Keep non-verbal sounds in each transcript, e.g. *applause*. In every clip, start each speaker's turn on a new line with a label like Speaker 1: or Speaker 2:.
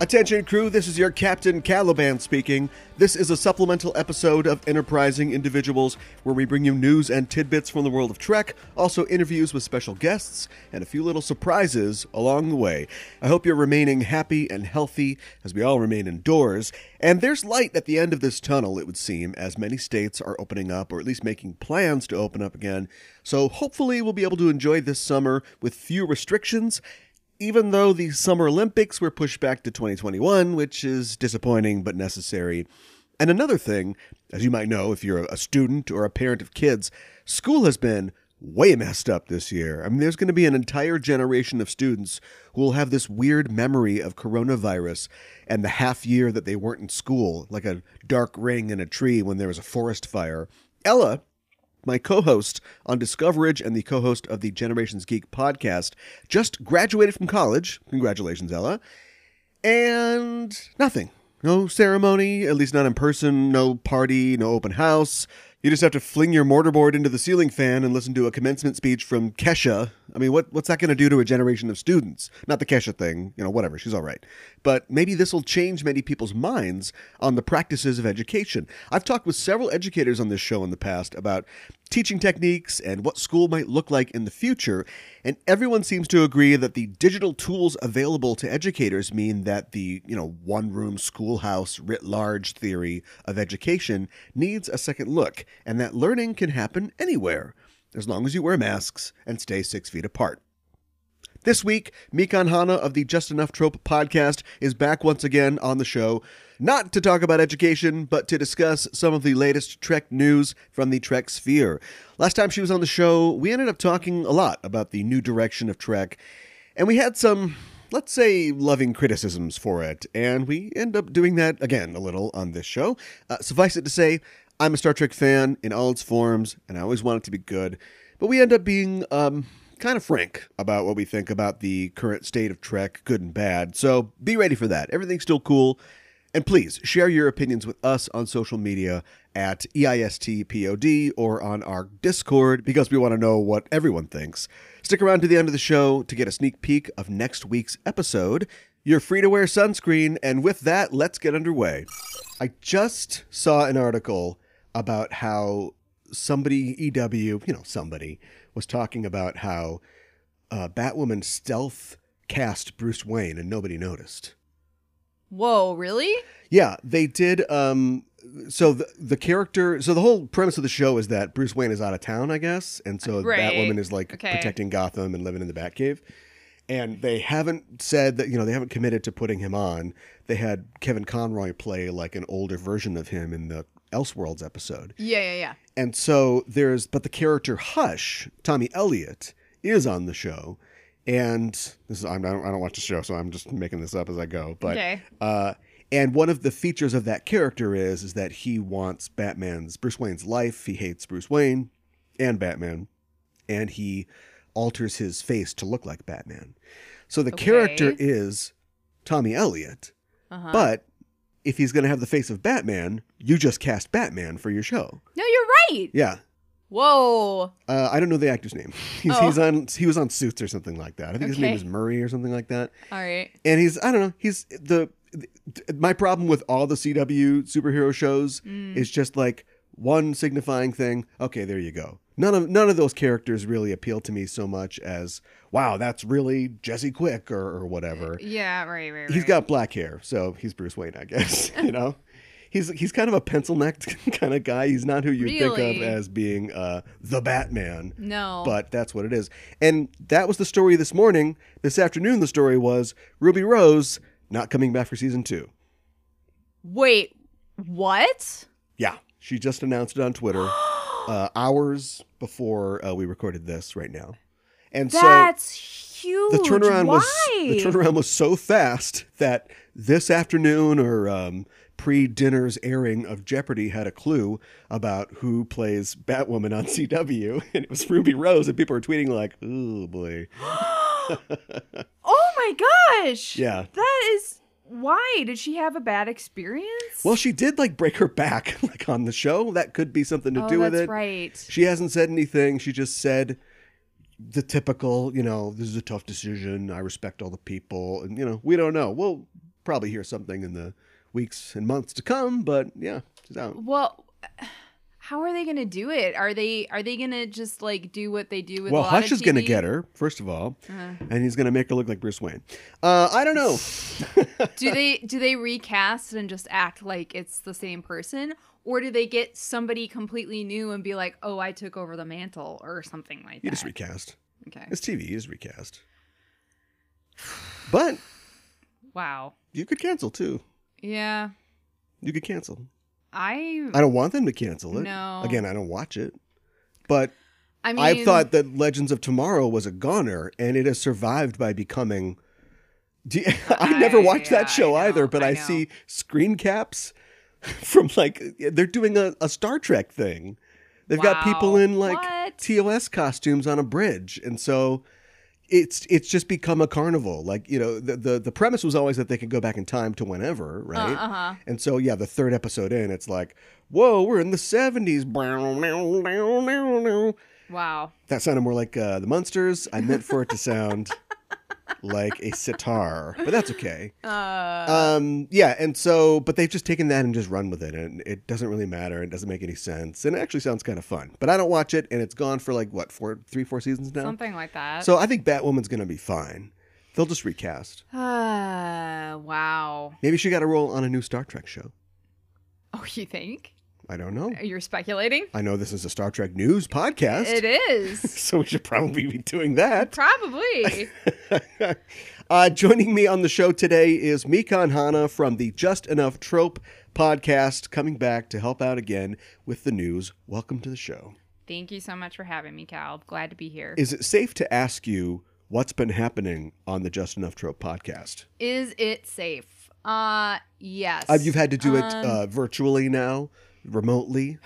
Speaker 1: Attention, crew, this is your Captain Caliban speaking. This is a supplemental episode of Enterprising Individuals, where we bring you news and tidbits from the world of Trek, also interviews with special guests, and a few little surprises along the way. I hope you're remaining happy and healthy as we all remain indoors. And there's light at the end of this tunnel, it would seem, as many states are opening up, or at least making plans to open up again. So hopefully, we'll be able to enjoy this summer with few restrictions even though the Summer Olympics were pushed back to 2021, which is disappointing but necessary. And another thing, as you might know if you're a student or a parent of kids, school has been way messed up this year. I mean, there's going to be an entire generation of students who will have this weird memory of coronavirus and the half year that they weren't in school, like a dark ring in a tree when there was a forest fire. Ella, my co host on Discoverage and the co host of the Generations Geek podcast, just graduated from college. Congratulations, Ella. And nothing. No ceremony, at least not in person, no party, no open house. You just have to fling your mortarboard into the ceiling fan and listen to a commencement speech from Kesha. I mean, what, what's that going to do to a generation of students? Not the Kesha thing, you know, whatever, she's all right. But maybe this will change many people's minds on the practices of education. I've talked with several educators on this show in the past about teaching techniques and what school might look like in the future, and everyone seems to agree that the digital tools available to educators mean that the, you know, one-room schoolhouse writ large theory of education needs a second look, and that learning can happen anywhere as long as you wear masks and stay 6 feet apart. This week, Mikan Hana of the Just Enough Trope podcast is back once again on the show, not to talk about education, but to discuss some of the latest Trek news from the Trek sphere. Last time she was on the show, we ended up talking a lot about the new direction of Trek, and we had some, let's say, loving criticisms for it, and we end up doing that again a little on this show. Uh, suffice it to say, I'm a Star Trek fan in all its forms, and I always want it to be good, but we end up being, um, kind of frank about what we think about the current state of Trek, good and bad. So be ready for that. Everything's still cool. And please share your opinions with us on social media at E EISTPOD or on our Discord because we want to know what everyone thinks. Stick around to the end of the show to get a sneak peek of next week's episode. You're free to wear sunscreen, and with that, let's get underway. I just saw an article about how somebody EW, you know, somebody was talking about how uh, Batwoman stealth cast Bruce Wayne and nobody noticed.
Speaker 2: Whoa, really?
Speaker 1: Yeah, they did. Um, so the the character, so the whole premise of the show is that Bruce Wayne is out of town, I guess, and so
Speaker 2: Right.
Speaker 1: Batwoman is like
Speaker 2: Okay.
Speaker 1: protecting Gotham and living in the Batcave. And they haven't said that you know they haven't committed to putting him on. They had Kevin Conroy play like an older version of him in the Elseworlds episode.
Speaker 2: Yeah, yeah, yeah.
Speaker 1: And so there's, but the character Hush, Tommy Elliott, is on the show. And this is, I'm, I, don't, I don't watch the show, so I'm just making this up as I go. But,
Speaker 2: Okay.
Speaker 1: uh, and one of the features of that character is, is that he wants Batman's, Bruce Wayne's life. He hates Bruce Wayne and Batman. And he alters his face to look like Batman. So the character
Speaker 2: Okay.
Speaker 1: is Tommy Elliott.
Speaker 2: Uh-huh.
Speaker 1: But if he's going to have the face of Batman, you just cast Batman for your show.
Speaker 2: no, you're right.
Speaker 1: Yeah.
Speaker 2: Whoa.
Speaker 1: Uh, I don't know the actor's name. *laughs* He's,
Speaker 2: Oh.
Speaker 1: he's on. He was on Suits or something like that. I think his name is
Speaker 2: Okay.
Speaker 1: Murray or something like that.
Speaker 2: All right.
Speaker 1: And he's I don't know. He's the, th- my problem with all the CW superhero shows
Speaker 2: Mm. Mm-hmm.
Speaker 1: is just like one signifying thing. Okay, there you go. None of none of those characters really appeal to me so much as wow, that's really Jesse Quick or, or whatever.
Speaker 2: Yeah, right, right, right.
Speaker 1: He's got black hair, so he's Bruce Wayne, I guess. *laughs* you know, he's he's kind of a pencil necked *laughs* kind of guy. He's not who you think of
Speaker 2: Really?
Speaker 1: as being uh, the Batman
Speaker 2: No.
Speaker 1: but that's what it is. And that was the story this morning. This afternoon, the story was Ruby Rose not coming back for season two.
Speaker 2: Wait,
Speaker 1: *gasps*
Speaker 2: what?
Speaker 1: Yeah, she just announced it on Twitter *gasps* uh, hours before uh, we recorded this right now. And
Speaker 2: That's huge.
Speaker 1: so the turnaround
Speaker 2: Why?
Speaker 1: was the turnaround was so fast that this afternoon or um, pre dinner's airing of Jeopardy had a clue about who plays Batwoman on *laughs* CW, and it was Ruby Rose, and people were tweeting like, "Oh boy."
Speaker 2: oh my gosh.
Speaker 1: Yeah.
Speaker 2: That is. Why did she have a bad experience?
Speaker 1: Well, she did like break her back *laughs* like on the show. That could be something to
Speaker 2: oh,
Speaker 1: do with
Speaker 2: that's
Speaker 1: it.
Speaker 2: right.
Speaker 1: She hasn't said anything. She just said the typical, you know, this is a tough decision. I respect all the people, and you know, we don't know. We'll probably hear something in the weeks and months to come. But yeah, she's out.
Speaker 2: Well, *sighs* how are they going to do it? Are they are they going to just like do what they do with?
Speaker 1: Well,
Speaker 2: a lot of Uh-huh.
Speaker 1: Hush is going to
Speaker 2: TV?
Speaker 1: get her first of all, and he's going to make her look like Bruce Wayne. Uh, I don't know.
Speaker 2: do they do they recast and just act like it's the same person, or do they get somebody completely new and be like, "Oh, I took over the mantle" or something like
Speaker 1: You
Speaker 2: that?
Speaker 1: just recast.
Speaker 2: okay.
Speaker 1: It's TV. You just recast. But
Speaker 2: Wow.
Speaker 1: you could cancel too.
Speaker 2: Yeah.
Speaker 1: You could cancel.
Speaker 2: I.
Speaker 1: I don't want them to cancel it.
Speaker 2: No.
Speaker 1: Again, I don't watch it. But
Speaker 2: I mean, uh,
Speaker 1: I thought that Legends of Tomorrow was a goner, and it has survived by becoming. Do you- *laughs* I, never
Speaker 2: I-
Speaker 1: watched
Speaker 2: yeah,
Speaker 1: that show
Speaker 2: I know,
Speaker 1: either, but I,
Speaker 2: I know.
Speaker 1: see screen caps *laughs* from like they're doing a, a Star Trek thing. They've got people
Speaker 2: Wow.
Speaker 1: in like
Speaker 2: What?
Speaker 1: TOS costumes on a bridge, and so it's it's just become a carnival. Like you know, the the, the premise was always that they could go back in time to whenever, right?
Speaker 2: Uh huh.
Speaker 1: And so, yeah, the third episode in, it's like, whoa, we're in the 70s.
Speaker 2: Wow.
Speaker 1: That sounded more like uh, the Munsters. I meant for it to
Speaker 2: *laughs*
Speaker 1: sound like a sitar, but that's okay.
Speaker 2: Uh.
Speaker 1: Um, yeah, and so, but they've just taken that and just run with it, and it doesn't really matter. It doesn't make any sense, and it actually sounds kind of fun. But I don't watch it, and it's gone for like what four, three, four seasons now.
Speaker 2: Something like that.
Speaker 1: So I think Batwoman's gonna be fine. They'll just recast.
Speaker 2: Uh, *sighs* wow.
Speaker 1: Maybe she got a role on a new Star Trek show.
Speaker 2: Oh, you think?
Speaker 1: I don't know.
Speaker 2: You're speculating?
Speaker 1: I know this is a Star Trek news podcast.
Speaker 2: It is.
Speaker 1: *laughs* so we should probably be doing that. *laughs*
Speaker 2: Probably.
Speaker 1: uh, joining me on the show today is Mikan Hana from the Just Enough Trope podcast, coming back to help out again with the news. Welcome to the show.
Speaker 2: Thank you so much for having me, Cal. Glad to be here.
Speaker 1: Is it safe to ask you what's been happening on the Just Enough Trope podcast?
Speaker 2: Is it safe? Uh, yes.
Speaker 1: Uh, you've had to do it
Speaker 2: Um,
Speaker 1: uh, virtually now, remotely,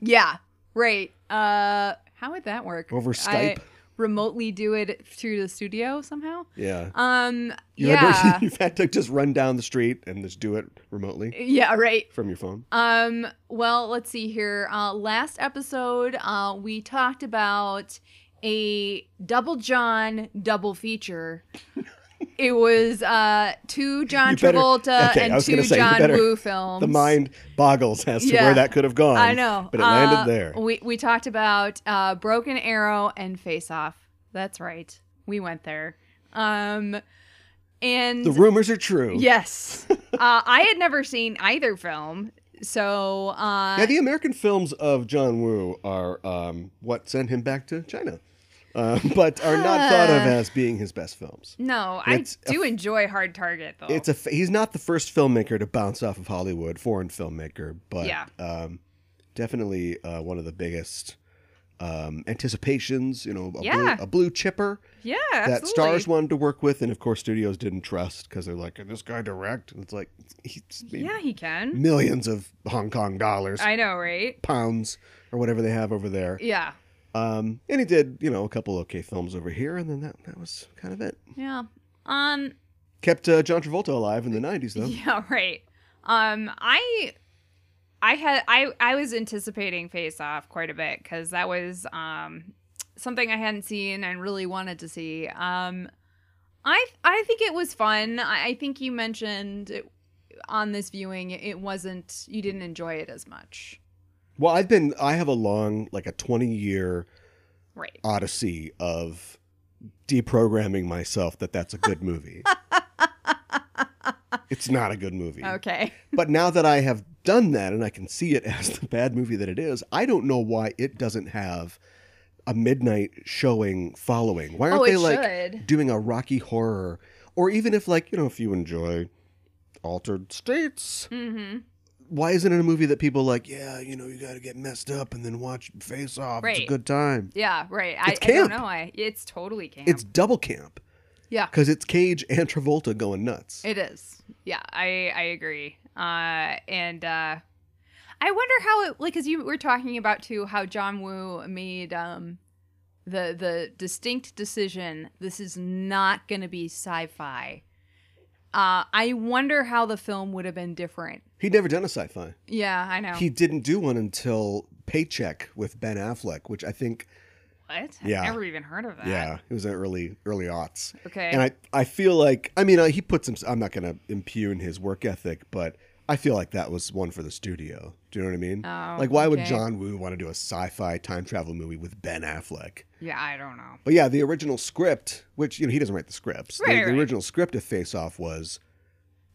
Speaker 2: Yeah, right. Uh, how would that work?
Speaker 1: over
Speaker 2: I
Speaker 1: Skype.
Speaker 2: remotely do it through the studio somehow?
Speaker 1: yeah.
Speaker 2: Um,
Speaker 1: You *laughs*
Speaker 2: yeah.
Speaker 1: Had to, you've had to just run down the street and just do it remotely
Speaker 2: yeah, right.
Speaker 1: from your phone.
Speaker 2: Um, well, let's see here. Uh, last episode, uh, we talked about a double John double feature. it was uh, two John
Speaker 1: You better-
Speaker 2: Travolta
Speaker 1: okay, I
Speaker 2: and
Speaker 1: was gonna
Speaker 2: two
Speaker 1: say, you
Speaker 2: John
Speaker 1: better-
Speaker 2: Woo films.
Speaker 1: The mind boggles as to
Speaker 2: Um, Yeah.
Speaker 1: where that could have gone.
Speaker 2: I know.
Speaker 1: But it landed
Speaker 2: Uh,
Speaker 1: there.
Speaker 2: We, we talked about uh, Broken Arrow and Face Off. That's right. We went there. Um, and
Speaker 1: The rumors are true. *laughs*
Speaker 2: yes, uh, I had never seen either film. So uh,
Speaker 1: Yeah, the American films of John Woo are um, what sent him back to China, uh, *laughs* but are not thought of
Speaker 2: Ah.
Speaker 1: as being his best films.
Speaker 2: No,
Speaker 1: It's a
Speaker 2: I do enjoy Hard Target though.
Speaker 1: It's a f- he's not the first filmmaker to bounce off of Hollywood, foreign filmmaker, but
Speaker 2: Yeah.
Speaker 1: um, definitely uh, one of the biggest um, anticipations. You know, a,
Speaker 2: Yeah.
Speaker 1: blue, a blue chipper
Speaker 2: yeah,
Speaker 1: that
Speaker 2: absolutely.
Speaker 1: stars wanted to work with, and of course studios didn't trust because they're like, "Can this guy direct?" And it's like, he's made
Speaker 2: Yeah, he can.
Speaker 1: millions of Hong Kong dollars,
Speaker 2: I know, right?
Speaker 1: pounds, or whatever they have over there.
Speaker 2: Yeah,
Speaker 1: Um, and he did, you know, a couple okay films over here, and then that, that was kind of it.
Speaker 2: yeah. Um,
Speaker 1: Kept uh, John Travolta alive in the '90s, though.
Speaker 2: *laughs* yeah, right. Um, I, I had I I was anticipating Face Off quite a bit because that was um something I hadn't seen and really wanted to see. Um, I I think it was fun. I, I think you mentioned it, on this viewing it wasn't you didn't enjoy it as much,
Speaker 1: Well, I've been, I have a long, like a 20 year
Speaker 2: right?
Speaker 1: odyssey of deprogramming myself that that's a good
Speaker 2: *laughs*
Speaker 1: movie. it's not a good movie.
Speaker 2: Okay.
Speaker 1: But now that I have done that and I can see it *laughs* as the bad movie that it is, I don't know why it doesn't have a midnight showing following. Why aren't
Speaker 2: Oh,
Speaker 1: they
Speaker 2: it
Speaker 1: like
Speaker 2: should.
Speaker 1: doing a Rocky Horror? Or even if like, you know, if you enjoy Altered States,
Speaker 2: Mm-hmm.
Speaker 1: why isn't it a movie that people like, yeah, you know, you got to get messed up and then watch Face Off. It's a
Speaker 2: Right.
Speaker 1: good time.
Speaker 2: Yeah, right. I,
Speaker 1: It's
Speaker 2: I don't
Speaker 1: camp.
Speaker 2: know. I it's totally camp.
Speaker 1: It's double camp
Speaker 2: yeah,
Speaker 1: cuz it's Cage and Travolta going nuts.
Speaker 2: it is. Yeah, I I agree. Uh, and uh, I wonder how it like because you were talking about too how John Woo made um the the distinct decision this is not going to be sci-fi. Uh, I wonder how the film would have been different.
Speaker 1: He'd never done a sci-fi.
Speaker 2: Yeah, I know.
Speaker 1: He didn't do one until Paycheck with Ben Affleck, which I think
Speaker 2: What?
Speaker 1: Yeah.
Speaker 2: I've never even heard of that.
Speaker 1: Yeah, it was in early early aughts.
Speaker 2: Okay.
Speaker 1: And I I feel like I mean uh, he puts him. I'm not gonna impugn his work ethic, but I feel like that was one for the studio. Do you know what I mean?
Speaker 2: Oh,
Speaker 1: like why would
Speaker 2: okay.
Speaker 1: John Woo want to do a sci-fi time travel movie with Ben Affleck?
Speaker 2: yeah, I don't know.
Speaker 1: But yeah, the original script, which you know he doesn't write the scripts. The-
Speaker 2: Right,
Speaker 1: the,
Speaker 2: right.
Speaker 1: original script of Face Off was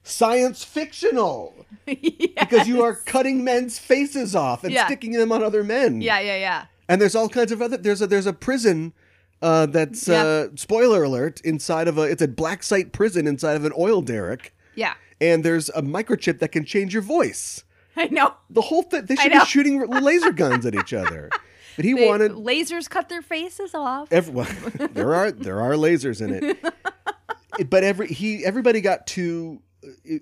Speaker 1: science
Speaker 2: *laughs*
Speaker 1: fictional
Speaker 2: yeah.
Speaker 1: because you are cutting men's faces off and
Speaker 2: Yeah.
Speaker 1: sticking them on other men.
Speaker 2: *laughs* yeah, yeah, yeah.
Speaker 1: and there's all kinds of other there's a there's a prison uh, that's
Speaker 2: Yeah.
Speaker 1: uh, spoiler alert inside of a it's a black site prison inside of an oil derrick
Speaker 2: Yeah. *laughs*
Speaker 1: and there's a microchip that can change your voice
Speaker 2: I know.
Speaker 1: the whole thing they
Speaker 2: I
Speaker 1: should be
Speaker 2: know.
Speaker 1: shooting r- laser guns at each
Speaker 2: *laughs*
Speaker 1: other but he
Speaker 2: They-
Speaker 1: wanted
Speaker 2: lasers cut their faces off.
Speaker 1: everyone *laughs* there are there are lasers in
Speaker 2: *laughs*
Speaker 1: it It- but every he everybody got too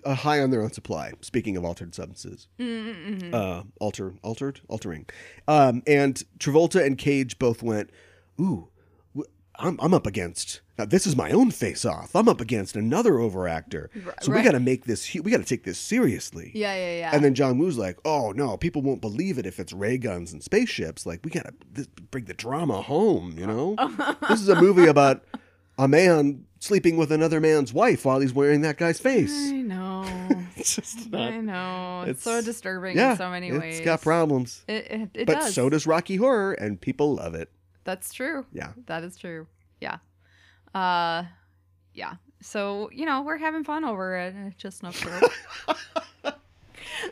Speaker 1: uh, high on their own supply speaking of altered substances
Speaker 2: Mm, Mm-mm-mm.
Speaker 1: uh, alter, altered, altering. Um, and Travolta and Cage both went, "Ooh, wh- I'm, I'm up against. Now this is my own face off. I'm up against another overactor.
Speaker 2: R-
Speaker 1: So we
Speaker 2: right.
Speaker 1: got to make this. hu- We got to take this seriously."
Speaker 2: Yeah, yeah, yeah.
Speaker 1: And then John Woo's like, "Oh no, people won't believe it if it's ray guns and spaceships. Like we got to th- bring the drama home. You
Speaker 2: *laughs*
Speaker 1: know, this is a movie about a man." Sleeping with another man's wife while he's wearing that guy's face.
Speaker 2: I know.
Speaker 1: *laughs* It's just
Speaker 2: I
Speaker 1: not.
Speaker 2: know. It's, so
Speaker 1: it's-
Speaker 2: disturbing
Speaker 1: Yeah,
Speaker 2: in so many ways.
Speaker 1: it's got problems
Speaker 2: It, it, it
Speaker 1: but
Speaker 2: does.
Speaker 1: so does Rocky Horror, and people love it.
Speaker 2: That's true.
Speaker 1: Yeah.
Speaker 2: That is true. Yeah. Uh yeah. So, you know, we're having fun over it. It's just
Speaker 1: *laughs*
Speaker 2: not true.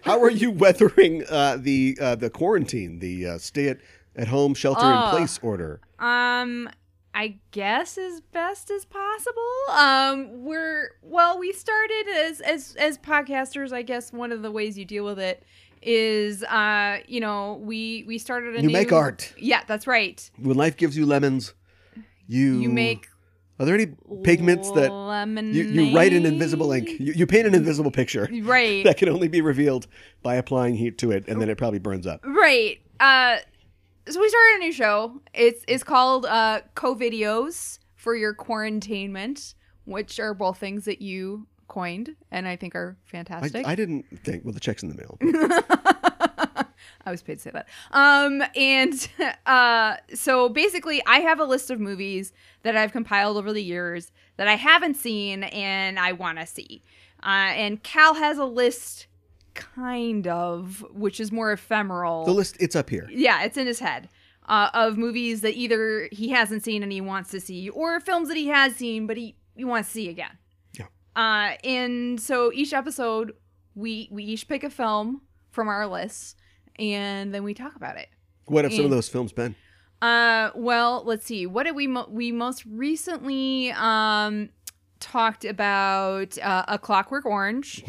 Speaker 1: How are you *laughs* weathering uh, the uh, the quarantine, the uh, stay at at home shelter in
Speaker 2: Oh.
Speaker 1: place order?
Speaker 2: um I guess as best as possible. Um we're well, we started as as as podcasters, I guess one of the ways you deal with it is uh, you know, we we started a
Speaker 1: You
Speaker 2: new-
Speaker 1: make art
Speaker 2: Yeah, that's right.
Speaker 1: when life gives you lemons. You
Speaker 2: You make
Speaker 1: Are there any pigments that
Speaker 2: lemonade.
Speaker 1: you, you write in invisible ink? You, you paint an invisible picture *laughs*
Speaker 2: Right.
Speaker 1: that can only be revealed by applying heat to it, and then it probably burns up.
Speaker 2: Right. Uh, so we started a new show. It's it's called uh, Co-Videos for your quarantainment, which are both things that you coined and I think are
Speaker 1: I,
Speaker 2: fantastic.
Speaker 1: I didn't think. Well, the check's in the mail.
Speaker 2: I was paid to say that. Um, and *laughs* uh, so basically, I have a list of movies that I've compiled over the years that I haven't seen and I want to see. Uh, and Cal has a list, kind of, which is more ephemeral.
Speaker 1: The list it's up here.
Speaker 2: Yeah, it's in his head uh, of movies that either he hasn't seen and he wants to see, or films that he has seen but he, he wants to see again.
Speaker 1: Yeah.
Speaker 2: Uh, and so each episode, we we each pick a film from our list, and then we talk about it.
Speaker 1: What have some of
Speaker 2: Mm.
Speaker 1: those films been?
Speaker 2: Uh, well, let's see. What did we mo- we most recently um talked about? Uh, a
Speaker 1: *laughs*
Speaker 2: Clockwork Orange.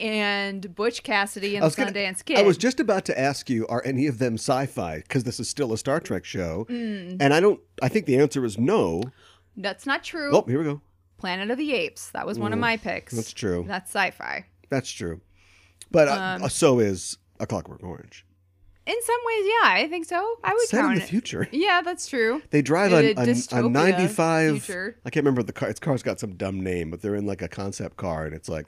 Speaker 2: And Butch Cassidy and
Speaker 1: I was
Speaker 2: the
Speaker 1: gonna-
Speaker 2: Sundance Kid.
Speaker 1: I was just about to ask you, are any of them sci-fi? Because this is still a Star Trek show,
Speaker 2: Mm.
Speaker 1: and I don't. I think the answer is no.
Speaker 2: That's not true.
Speaker 1: Oh, here we go.
Speaker 2: Planet of the Apes. That was one of
Speaker 1: Mm,
Speaker 2: my picks.
Speaker 1: That's true.
Speaker 2: That's sci-fi.
Speaker 1: That's true. But uh,
Speaker 2: Um,
Speaker 1: uh, so is A Clockwork Orange.
Speaker 2: In some ways, yeah, I think so. I would
Speaker 1: Set in
Speaker 2: count
Speaker 1: the
Speaker 2: it.
Speaker 1: future.
Speaker 2: Yeah, that's true.
Speaker 1: They drive
Speaker 2: In
Speaker 1: a,
Speaker 2: a
Speaker 1: a, a,
Speaker 2: dystopia
Speaker 1: 95.
Speaker 2: future.
Speaker 1: I can't remember the car. Its car's got some dumb name, but they're in like a concept car, and it's like,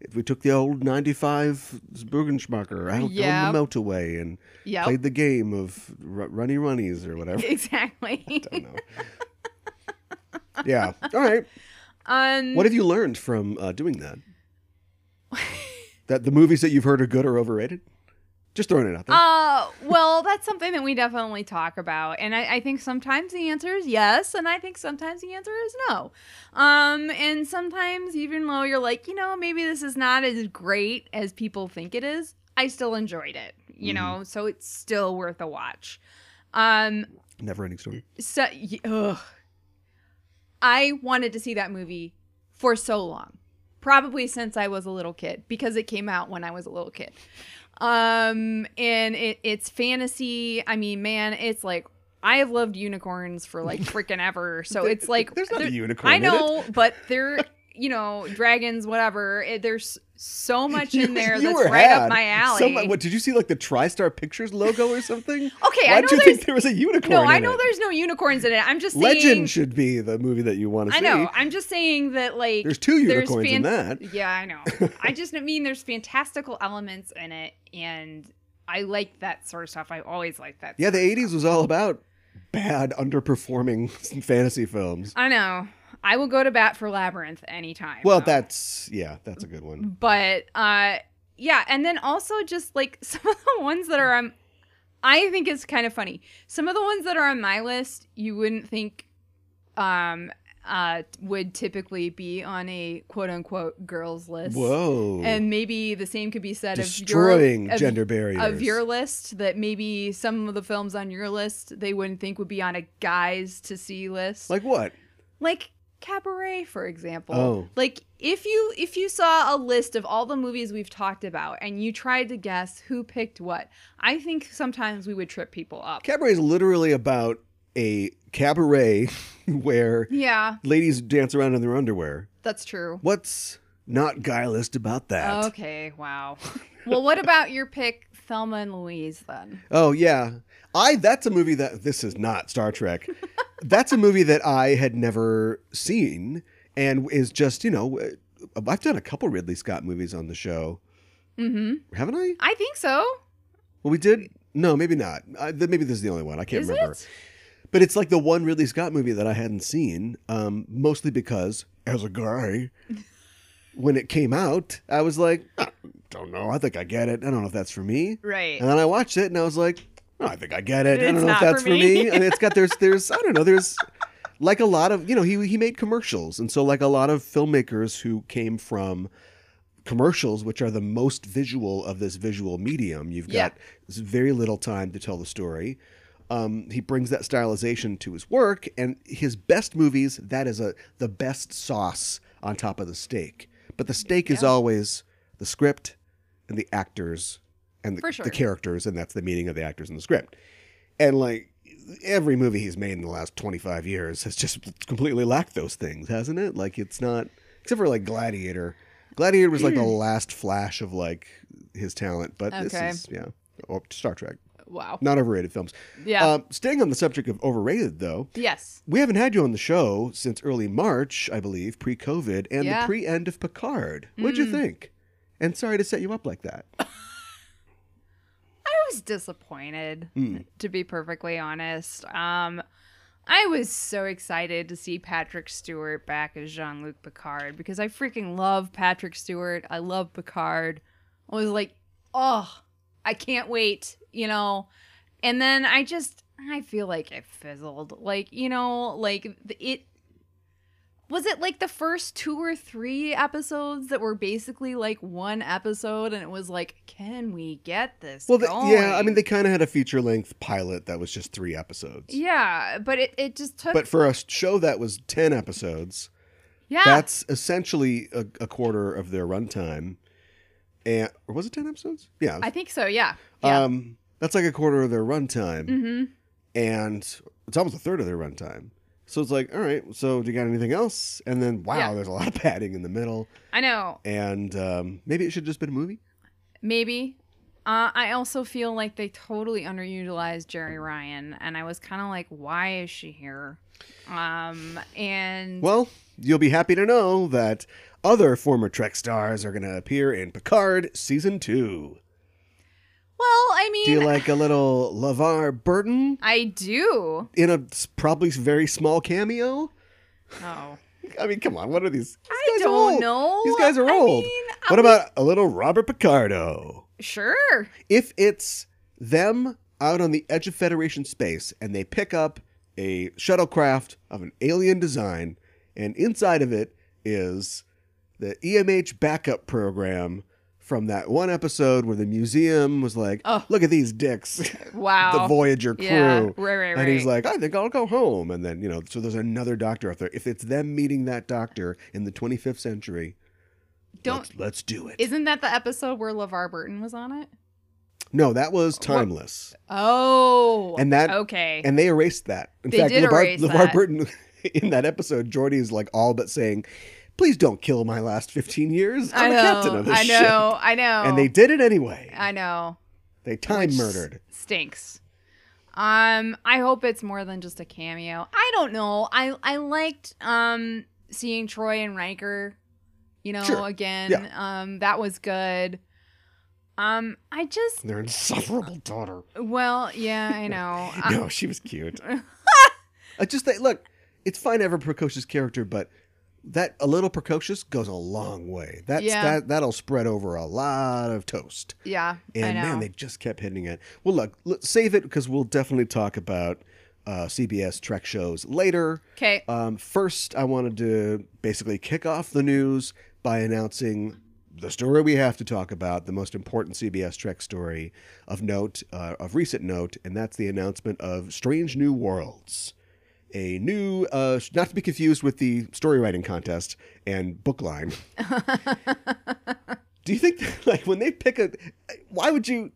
Speaker 1: if we took the old 95 Burgenschmacher out
Speaker 2: Yeah.
Speaker 1: on the motorway and
Speaker 2: Yeah. *laughs*
Speaker 1: played the game of r- Runny Runnies or whatever. *laughs*
Speaker 2: Exactly.
Speaker 1: I don't know. yeah. All right.
Speaker 2: *laughs* Um
Speaker 1: What have you learned from uh, doing
Speaker 2: *laughs*
Speaker 1: that? that the movies that you've heard are good or overrated? Just throwing it out there.
Speaker 2: uh well, that's something that we definitely talk about. And I, I think sometimes the answer is yes, and I think sometimes the answer is no. Um, and sometimes even though you're like, you know, maybe this is not as great as people think it is, I still enjoyed it. You
Speaker 1: Mhm.
Speaker 2: know, so it's still worth a watch. Um,
Speaker 1: Never ending story.
Speaker 2: so y- ugh. I wanted to see that movie for so long. Probably since I was a little kid because it came out when I was a little kid. Um and it, it's fantasy. I mean, man, it's like I have loved unicorns for
Speaker 1: *laughs*
Speaker 2: like freaking ever. So it's like
Speaker 1: there's not
Speaker 2: there-
Speaker 1: a unicorn.
Speaker 2: I
Speaker 1: In it.
Speaker 2: know, but they're you know, dragons, whatever. It, there's so much in
Speaker 1: *laughs*
Speaker 2: there
Speaker 1: You
Speaker 2: that's
Speaker 1: were
Speaker 2: right
Speaker 1: had.
Speaker 2: up my alley.
Speaker 1: Some- what did you see? Like the TriStar Pictures logo or something?
Speaker 2: okay, I
Speaker 1: Why
Speaker 2: know
Speaker 1: did you
Speaker 2: there's
Speaker 1: think there was a unicorn?
Speaker 2: no,
Speaker 1: in
Speaker 2: I know
Speaker 1: it?
Speaker 2: there's no unicorns in it. I'm just saying
Speaker 1: Legend should be the movie that you want to
Speaker 2: I
Speaker 1: see.
Speaker 2: know. I'm just saying that like
Speaker 1: There's two
Speaker 2: there's
Speaker 1: unicorns in
Speaker 2: fan-
Speaker 1: that.
Speaker 2: Yeah,
Speaker 1: *laughs*
Speaker 2: I know. I just mean there's fantastical elements in it, and I like that sort of stuff. I always like that.
Speaker 1: Yeah, the
Speaker 2: sort of stuff.
Speaker 1: '80s was all about bad, underperforming *laughs* fantasy films.
Speaker 2: I know. I will go to bat for Labyrinth anytime.
Speaker 1: Well,
Speaker 2: though.
Speaker 1: that's yeah, that's a good one.
Speaker 2: But uh, yeah, and then also just like *laughs* some of the ones that are on, I think it's kind of funny. Some of the ones that are on my list, you wouldn't think, um, uh, would typically be on a quote unquote girls list.
Speaker 1: Whoa,
Speaker 2: And maybe the same could be said
Speaker 1: destroying
Speaker 2: of your, of-
Speaker 1: gender barriers
Speaker 2: of your list that maybe some of the films on your list they wouldn't think would be on a guys to see list
Speaker 1: Like what?
Speaker 2: like cabaret for example
Speaker 1: Oh.
Speaker 2: like if you if you saw a list of all the movies we've talked about and you tried to guess who picked what i think sometimes we would trip people up
Speaker 1: Cabaret is literally about a cabaret *laughs* where
Speaker 2: yeah
Speaker 1: ladies dance around in their underwear.
Speaker 2: that's true
Speaker 1: What's not guileless about that?
Speaker 2: okay wow well what about your pick thelma and louise then
Speaker 1: Oh yeah. I that's a movie that this is not Star
Speaker 2: *laughs*
Speaker 1: Trek. that's a movie that I had never seen and is just, you know, uh, I've done a couple Ridley Scott movies on the show.
Speaker 2: mm-hmm
Speaker 1: Haven't I?
Speaker 2: i think so
Speaker 1: Well, we did. No, maybe not. I, th- maybe this is the only one. I can't
Speaker 2: is
Speaker 1: remember.
Speaker 2: it
Speaker 1: But it's like the one Ridley Scott movie that I hadn't seen, um, mostly because as a
Speaker 2: *laughs*
Speaker 1: guy, when it came out, I was like, "Ah, don't know. I think I get it. I don't know if that's for me.
Speaker 2: right
Speaker 1: And then I watched it and I was like, oh, I think I get it. I
Speaker 2: It's
Speaker 1: don't know if
Speaker 2: not
Speaker 1: that's
Speaker 2: for
Speaker 1: for
Speaker 2: me.
Speaker 1: me. and it's got there's there's I don't know there's like a lot of you know he he made commercials and so like a lot of filmmakers who came from commercials which are the most visual of this visual medium you've
Speaker 2: Yeah.
Speaker 1: got s- very little time to tell the story um, he brings that stylization to his work and his best movies that is a the best sauce on top of the steak but the steak is
Speaker 2: Yeah.
Speaker 1: always the script and the actors and the,
Speaker 2: For sure.
Speaker 1: the characters and that's the meaning of the actors in the script and like every movie he's made in the last 25 years has just completely lacked those things hasn't it like it's not except for like gladiator gladiator was like the last flash of like his talent but
Speaker 2: Hmm. Okay.
Speaker 1: this is yeah or star trek
Speaker 2: wow
Speaker 1: not overrated films
Speaker 2: yeah
Speaker 1: um, staying on the subject of overrated though
Speaker 2: yes
Speaker 1: we haven't had you on the show since early march i believe pre-covid and
Speaker 2: Yeah. Hmm.
Speaker 1: the pre-end of picard what'd you think and sorry to set you up like that
Speaker 2: I was disappointed, to be perfectly honest. Um, I was so excited to see Patrick Stewart back as Jean Luc Picard because I freaking love Patrick Stewart. I love Picard. I was like, oh, I can't wait, you know? And then I just, I feel like it fizzled. Like, you know, like the- it. Was it like the first two or three episodes that were basically like one episode, and it was like, can we get this?
Speaker 1: Well, the,
Speaker 2: going?
Speaker 1: yeah, I mean, they kind of had a feature length pilot that was just three episodes.
Speaker 2: Yeah, but it, it just took.
Speaker 1: But for a show that was 10 episodes,
Speaker 2: yeah,
Speaker 1: that's essentially a, a quarter of their runtime. And or was it 10 episodes? Yeah.
Speaker 2: I think so. Yeah, yeah.
Speaker 1: Um, that's like a quarter of their runtime.
Speaker 2: hmm
Speaker 1: And it's almost a third of their runtime. So it's like, all right, so do you got anything else? And then, wow,
Speaker 2: Yeah.
Speaker 1: there's a lot of *laughs* padding in the middle.
Speaker 2: I know.
Speaker 1: And um, maybe it should have just been a movie.
Speaker 2: Maybe. Uh, I also feel like they totally underutilized Jerry Ryan, and I was kind of like, why is she here? Um, and
Speaker 1: Well, you'll be happy to know that other former Trek stars are going to appear in Picard season two.
Speaker 2: well, I mean,
Speaker 1: Do you like a little LeVar Burton
Speaker 2: I do.
Speaker 1: in a s- probably very small cameo?
Speaker 2: Oh,
Speaker 1: I mean, come on, what are these? these
Speaker 2: I
Speaker 1: guys are
Speaker 2: don't
Speaker 1: old.
Speaker 2: know.
Speaker 1: These guys are
Speaker 2: I
Speaker 1: old.
Speaker 2: mean,
Speaker 1: what about a little Robert Picardo?
Speaker 2: sure?
Speaker 1: If it's them out on the edge of Federation space and they pick up a shuttlecraft of an alien design, and inside of it is the EMH backup program from that one episode where the museum was like,
Speaker 2: Oh.
Speaker 1: look at these dicks. *laughs*
Speaker 2: Wow.
Speaker 1: the Voyager crew.
Speaker 2: Yeah, right, right, right.
Speaker 1: And he's like, I think I'll go home. And then, you know, so there's another doctor out there. If it's them meeting that doctor in the 25th century,
Speaker 2: don't.
Speaker 1: let's, let's do it.
Speaker 2: Isn't that the episode where LeVar Burton was on it?
Speaker 1: no, that was timeless.
Speaker 2: Oh,
Speaker 1: And that-
Speaker 2: okay.
Speaker 1: And they erased that. In
Speaker 2: They
Speaker 1: fact,
Speaker 2: did
Speaker 1: LeVar,
Speaker 2: erase
Speaker 1: LeVar
Speaker 2: that.
Speaker 1: Burton, *laughs* in that episode, Jordy is like all but saying, please don't kill my last 15 years. I'm
Speaker 2: I
Speaker 1: the
Speaker 2: know,
Speaker 1: captain of this
Speaker 2: I
Speaker 1: ship."
Speaker 2: know, I know.
Speaker 1: And they did it anyway.
Speaker 2: I know.
Speaker 1: They time
Speaker 2: Which
Speaker 1: murdered.
Speaker 2: Stinks. Um, I hope it's more than just a cameo. I don't know. I I liked um seeing Troy and Riker, you know,
Speaker 1: Sure.
Speaker 2: again.
Speaker 1: Yeah.
Speaker 2: Um, that was good. Um, I just
Speaker 3: Their insufferable daughter.
Speaker 2: well, yeah,
Speaker 1: *laughs*
Speaker 2: I know. Uh,
Speaker 3: No, she was
Speaker 2: *laughs*
Speaker 3: cute.
Speaker 1: I just think, look, it's fine to have a precocious character, but that a little precocious goes a long way. That's
Speaker 2: Yeah.
Speaker 1: that that'll spread over a lot of toast.
Speaker 2: yeah, I
Speaker 1: And
Speaker 2: know.
Speaker 1: man, they just kept hitting it. Well, look, l- save it because we'll definitely talk about uh, CBS Trek shows later.
Speaker 2: okay,
Speaker 1: Um, first, I wanted to basically kick off the news by announcing the story we have to talk about, the most important CBS Trek story of note, uh, of recent note, and that's the announcement of Strange New Worlds, a new, uh, not to be confused with the story writing contest and bookline. Do you think, that, like, when they pick a, why would you,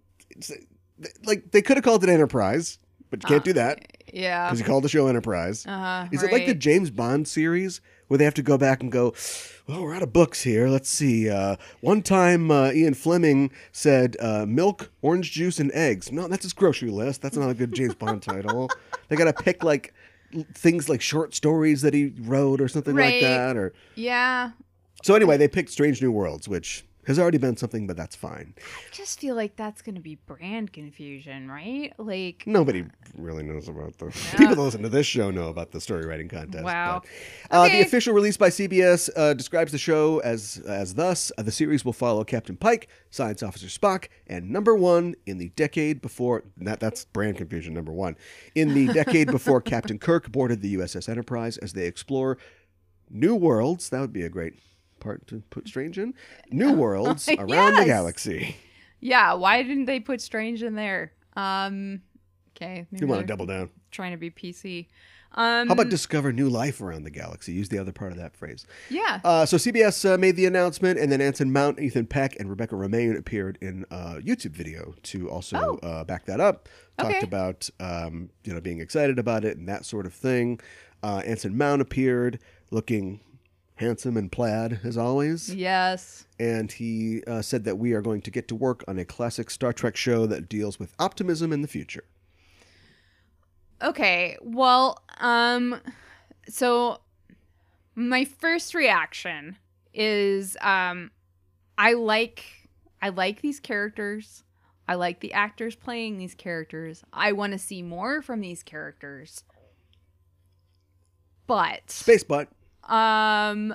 Speaker 1: like, they could have called it Enterprise, but you can't do that
Speaker 2: yeah.
Speaker 1: because you called the show Enterprise.
Speaker 2: Uh,
Speaker 1: Is it like the
Speaker 2: right.
Speaker 1: James Bond series where they have to go back and go, well, we're out of books here. Let's see. Uh, one time uh, Ian Fleming said uh, milk, orange juice, and eggs. No, that's his grocery list. That's not a good James Bond title. They got to pick like l- things like short stories that he wrote or something like
Speaker 2: Right.
Speaker 1: that. Or
Speaker 2: yeah?
Speaker 1: So anyway, they picked Strange New Worlds, which has already been something, but that's fine.
Speaker 2: I just feel like that's gonna be brand confusion, right? Like,
Speaker 1: Nobody really knows about the people that listen to this show know about the story writing contest.
Speaker 2: Wow.
Speaker 1: but- uh,
Speaker 2: Okay.
Speaker 1: The official release by CBS uh, describes the show as as thus: uh, the series will follow Captain Pike, Science Officer Spock, and Number One in the decade before that. That's brand confusion. Number One in the decade
Speaker 2: *laughs*
Speaker 1: before Captain Kirk boarded the USS Enterprise as they explore new worlds. That would be a great part to put Strange in. New
Speaker 2: *laughs*
Speaker 1: worlds around the
Speaker 2: Oh, Yes.
Speaker 1: galaxy.
Speaker 2: yeah, why didn't they put strange in there? Um, okay, maybe
Speaker 1: You want to
Speaker 2: they're
Speaker 1: double down?
Speaker 2: trying to be PC. Um,
Speaker 1: How about discover new life around the galaxy? Use the other part of that phrase.
Speaker 2: yeah?
Speaker 1: Uh, so CBS uh, made the announcement, and then Anson Mount, Ethan Peck, and Rebecca Romaine appeared in a YouTube video to also uh, back that up. Talked
Speaker 2: Okay.
Speaker 1: about um, you know being excited about it and that sort of thing. Uh, Anson Mount appeared looking handsome and plaid as always
Speaker 2: Mm. yes.
Speaker 1: and he uh, said that we are going to get to work on a classic star trek show that deals with optimism in the future
Speaker 2: Okay. Well, um so my first reaction is um I like I like these characters. I like the actors playing these characters. I want to see more from these characters. But
Speaker 1: space butt
Speaker 2: um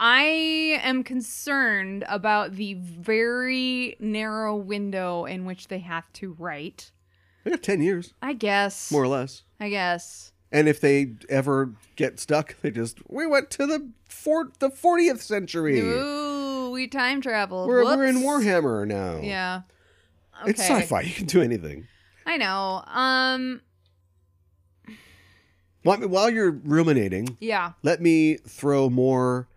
Speaker 2: I am concerned about the very narrow window in which they have to write.
Speaker 1: they got 10 years
Speaker 2: I guess.
Speaker 1: more or less
Speaker 2: I guess.
Speaker 1: And if they ever get stuck, they just we went to the for the fortieth century.
Speaker 2: Ooh, we time traveled.
Speaker 1: We're, we're in
Speaker 2: Whoops.
Speaker 1: Warhammer now.
Speaker 2: Yeah.
Speaker 1: It's sci-fi. You can do anything.
Speaker 2: I know. Um.
Speaker 1: While, while you're ruminating,
Speaker 2: Yeah.
Speaker 1: let me throw more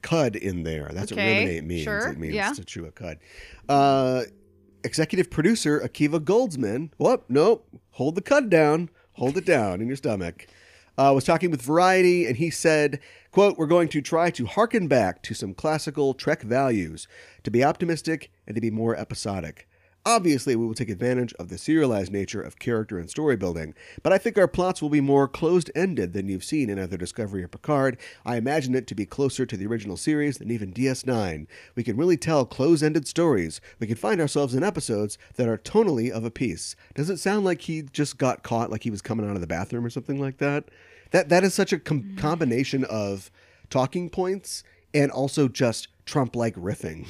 Speaker 1: cud in there. That's what
Speaker 2: Okay,
Speaker 1: ruminate means.
Speaker 2: sure,
Speaker 1: It means
Speaker 2: yeah.
Speaker 1: to chew a cud. Uh, executive producer Akiva Goldsman. Whoop, nope. Hold the cud down. Hold it down in your stomach. Uh, was talking with Variety, and he said, "quote We're going to try to harken back to some classical Trek values, to be optimistic and to be more episodic. Obviously, we will take advantage of the serialized nature of character and story building, but I think our plots will be more closed-ended than you've seen in either Discovery or Picard. I imagine it to be closer to the original series than even DS9. We can really tell close-ended stories. We can find ourselves in episodes that are tonally of a piece. Does it sound like he just got caught, like he was coming out of the bathroom or something like that? That that is such a com- combination of talking points and also just Trump-like riffing.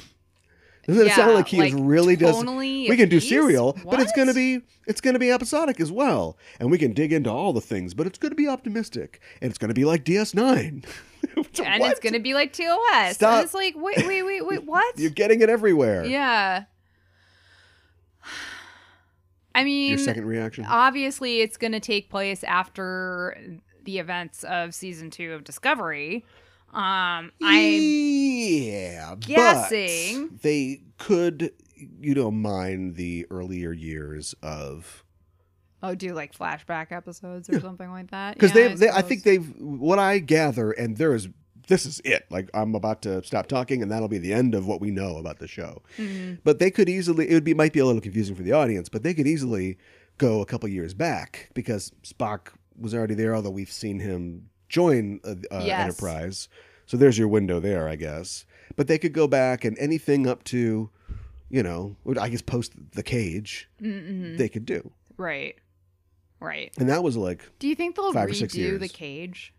Speaker 1: Doesn't it sound
Speaker 2: Yeah,
Speaker 1: like he is
Speaker 2: like
Speaker 1: really just?
Speaker 2: tonally
Speaker 1: We can do
Speaker 2: at ease?
Speaker 1: serial, but it's
Speaker 2: What?
Speaker 1: gonna be it's gonna be episodic as well, and we can dig into all the things. But it's gonna be optimistic, and it's gonna be like *laughs* DS9.
Speaker 2: And
Speaker 1: What?
Speaker 2: it's gonna be like TOS.
Speaker 1: Stop.
Speaker 2: And it's like wait, wait,
Speaker 1: *laughs*
Speaker 2: wait, wait. What?
Speaker 1: You're getting it everywhere.
Speaker 2: yeah. *sighs* I mean, uh,
Speaker 1: Your second reaction.
Speaker 2: obviously, it's gonna take place after the events of season two of Discovery. Um, I
Speaker 1: yeah, but
Speaker 2: guessing-
Speaker 1: they could, you know, mine the earlier years of
Speaker 2: oh do like flashback episodes or something like that
Speaker 1: because
Speaker 2: Yeah,
Speaker 1: they, they I
Speaker 2: suppose.
Speaker 1: think they've what I gather and there is this is it like I'm about to stop talking and that'll be the end of what we know about the show
Speaker 2: Mhm.
Speaker 1: but they could easily it would be might be a little confusing for the audience but they could easily go a couple years back because Spock was already there although we've seen him join uh, uh,
Speaker 2: Yes.
Speaker 1: Enterprise so there's your window there I guess but they could go back and anything up to you know, would I guess post the cage
Speaker 2: Mm-mm.
Speaker 1: they could do.
Speaker 2: Right. Right.
Speaker 1: And that was like
Speaker 2: Do you think they'll
Speaker 1: Five or six
Speaker 2: redo the
Speaker 1: years.
Speaker 2: cage?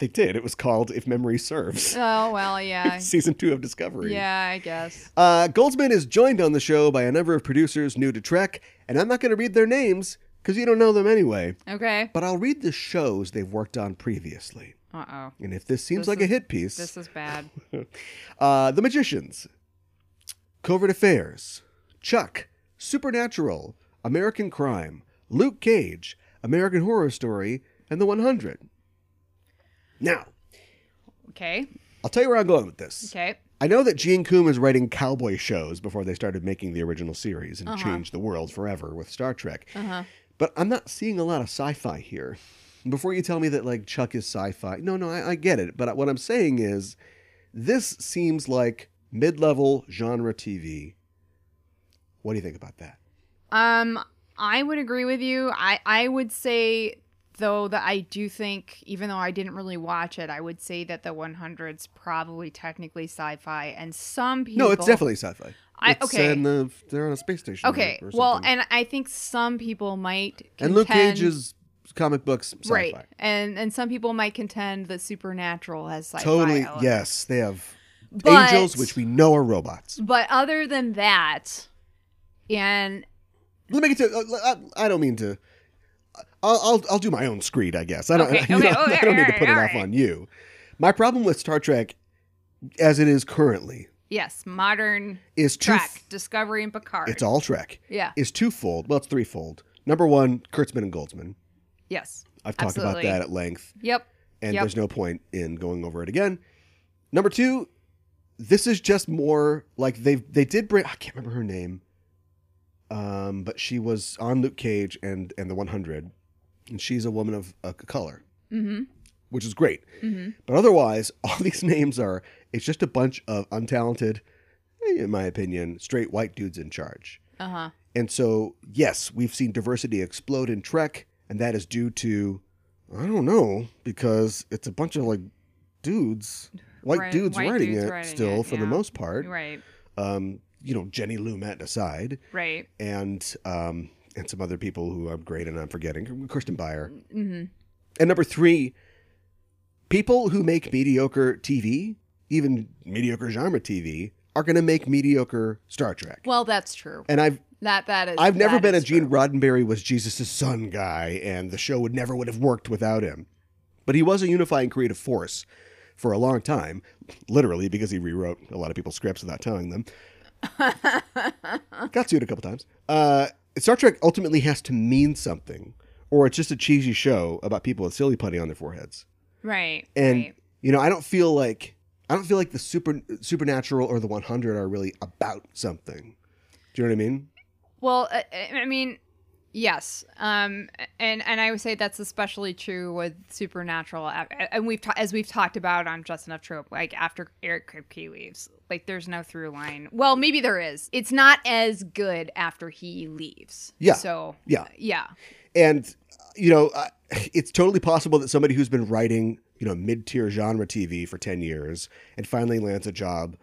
Speaker 1: they did. It was called If Memory Serves.
Speaker 2: Oh well,
Speaker 1: *laughs*
Speaker 2: yeah.
Speaker 1: Season two of Discovery.
Speaker 2: yeah, I guess.
Speaker 1: Uh, Goldsman is joined on the show by a number of producers new to Trek, and I'm not going to read their names because you don't know them anyway.
Speaker 2: Okay.
Speaker 1: But I'll read the shows they've worked on previously.
Speaker 2: Uh oh.
Speaker 1: And if this seems
Speaker 2: This
Speaker 1: like a
Speaker 2: is-
Speaker 1: hit piece,
Speaker 2: This is bad.
Speaker 1: uh, The Magicians, Covert Affairs, Chuck, Supernatural, American Crime, Luke Cage, American Horror Story, and The 100. Now,
Speaker 2: Okay.
Speaker 1: I'll tell you where I'm going with this.
Speaker 2: Okay.
Speaker 1: I know that Gene Coom is writing cowboy shows before they started making the original series and changed the world forever with Star Trek.
Speaker 2: Uh-huh.
Speaker 1: But I'm not seeing a lot of sci-fi here. Before you tell me that like Chuck is sci-fi, no, no, I, I get it. But what I'm saying is, this seems like mid-level genre TV. What do you think about that?
Speaker 2: Um, I would agree with you. I I would say though that I do think, even though I didn't really watch it, I would say that the 100's probably technically sci-fi, and some people.
Speaker 1: No, it's definitely sci-fi.
Speaker 2: I-
Speaker 1: It's,
Speaker 2: okay.
Speaker 1: in the- they're on a space station. or-
Speaker 2: Okay.
Speaker 1: or
Speaker 2: well,
Speaker 1: something.
Speaker 2: and I think some people might.
Speaker 1: and Luke Cage
Speaker 2: contend-
Speaker 1: is comic books sci-fi.
Speaker 2: right, and and some people might contend that Supernatural has sci-fi.
Speaker 1: Totally.
Speaker 2: elements.
Speaker 1: Yes, they have
Speaker 2: But-
Speaker 1: angels, which we know are robots.
Speaker 2: But other than that, and
Speaker 1: Let me get to. Uh, I, I don't mean to. I'll, I'll I'll do my own screed, I guess. I don't. *laughs*
Speaker 2: Okay,
Speaker 1: you
Speaker 2: okay,
Speaker 1: don't-
Speaker 2: okay,
Speaker 1: I don't need to
Speaker 2: alright,
Speaker 1: put it off
Speaker 2: alright.
Speaker 1: on you. My problem with Star Trek, as it is currently,
Speaker 2: yes, modern
Speaker 1: is two.
Speaker 2: track Discovery and Picard.
Speaker 1: It's all Trek.
Speaker 2: yeah.
Speaker 1: Is twofold. Well, it's threefold. Number one, Kurtzman and Goldsman.
Speaker 2: yes.
Speaker 1: I've talked
Speaker 2: Absolutely.
Speaker 1: about that at length,
Speaker 2: Yep.
Speaker 1: and
Speaker 2: Yep.
Speaker 1: there's no point in going over it again. Number two, this is just more like they they did bring. I can't remember her name, um, but she was on Luke Cage and and the 100, and she's a woman of uh, color.
Speaker 2: Mm-hmm.
Speaker 1: which is great.
Speaker 2: Mhm.
Speaker 1: But otherwise, *laughs* all these names are it's just a bunch of untalented, in my opinion, straight white dudes in charge.
Speaker 2: Uh huh.
Speaker 1: And so, yes, we've seen diversity explode in Trek, and that is due to I don't know because it's a bunch of like dudes, white
Speaker 2: Right,
Speaker 1: dudes
Speaker 2: white
Speaker 1: writing
Speaker 2: dudes
Speaker 1: it
Speaker 2: writing
Speaker 1: still
Speaker 2: it,
Speaker 1: for
Speaker 2: yeah.
Speaker 1: the most part.
Speaker 2: Right.
Speaker 1: Um, you know, Jenny Lumet aside,
Speaker 2: Right.
Speaker 1: and um, and some other people who I'm great and I'm forgetting, Kirsten Beyer.
Speaker 2: Mm-hmm.
Speaker 1: And number three, people who make mediocre TV, even mediocre genre TV, are going to make mediocre Star Trek.
Speaker 2: Well, that's true.
Speaker 1: and I've
Speaker 2: That that is.
Speaker 1: I've never
Speaker 2: that
Speaker 1: been a
Speaker 2: is
Speaker 1: Gene
Speaker 2: true.
Speaker 1: Roddenberry was Jesus' son guy, and the show would never would have worked without him. But he was a unifying creative force for a long time, literally because he rewrote a lot of people's scripts without telling
Speaker 2: *laughs*
Speaker 1: them. Got sued a couple times. Uh, Star Trek ultimately has to mean something, or it's just a cheesy show about people with silly putty on their foreheads
Speaker 2: Right.
Speaker 1: and
Speaker 2: right.
Speaker 1: you know i don't feel like i don't feel like the super supernatural or the 100 are really about something do you know what i mean
Speaker 2: Well, I, I- I mean, yes, um, and and I would say that's especially true with supernatural, A- a- and we've ta- as we've talked about on Just Enough Trope, like after Eric Kripke leaves, like there's no through line. Well, maybe there is. It's not as good after he leaves.
Speaker 1: Yeah.
Speaker 2: So
Speaker 1: yeah
Speaker 2: yeah,
Speaker 1: and uh, you know I, it's totally possible that somebody who's been writing you know mid-tier genre tv for 10 years and finally lands a job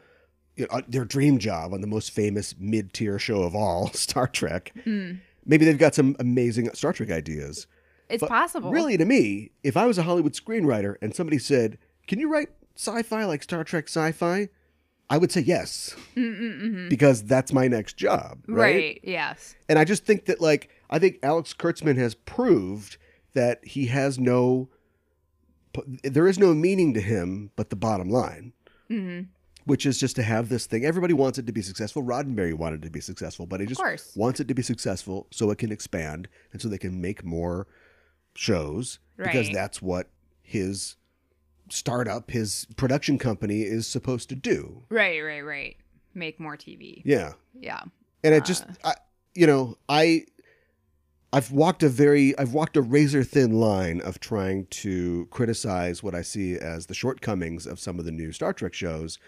Speaker 1: you know, uh, their dream job on the most famous mid-tier show of all *laughs* star trek maybe they've got some amazing star trek ideas
Speaker 2: it's
Speaker 1: But
Speaker 2: possible.
Speaker 1: Really, to me, if I was a Hollywood screenwriter and somebody said, "Can you write sci-fi like Star Trek sci-fi?" I would say yes
Speaker 2: Mm-mm-mm.
Speaker 1: because that's my next job, right?
Speaker 2: Right. Yes.
Speaker 1: And I just think that, like, I think Alex Kurtzman has proved that he has no, there is no meaning to him but the bottom line
Speaker 2: hmm
Speaker 1: which is just to have this thing. Everybody wants it to be successful. Roddenberry wanted it to be successful, but he just
Speaker 2: course.
Speaker 1: wants it to be successful so it can expand and so they can make more shows because
Speaker 2: Right.
Speaker 1: that's what his startup, his production company is supposed to do.
Speaker 2: Right. Right. Right. Make more TV.
Speaker 1: Yeah.
Speaker 2: Yeah.
Speaker 1: And it just I, you know, I I've walked a very I've walked a razor thin line of trying to criticize what I see as the shortcomings of some of the new Star Trek shows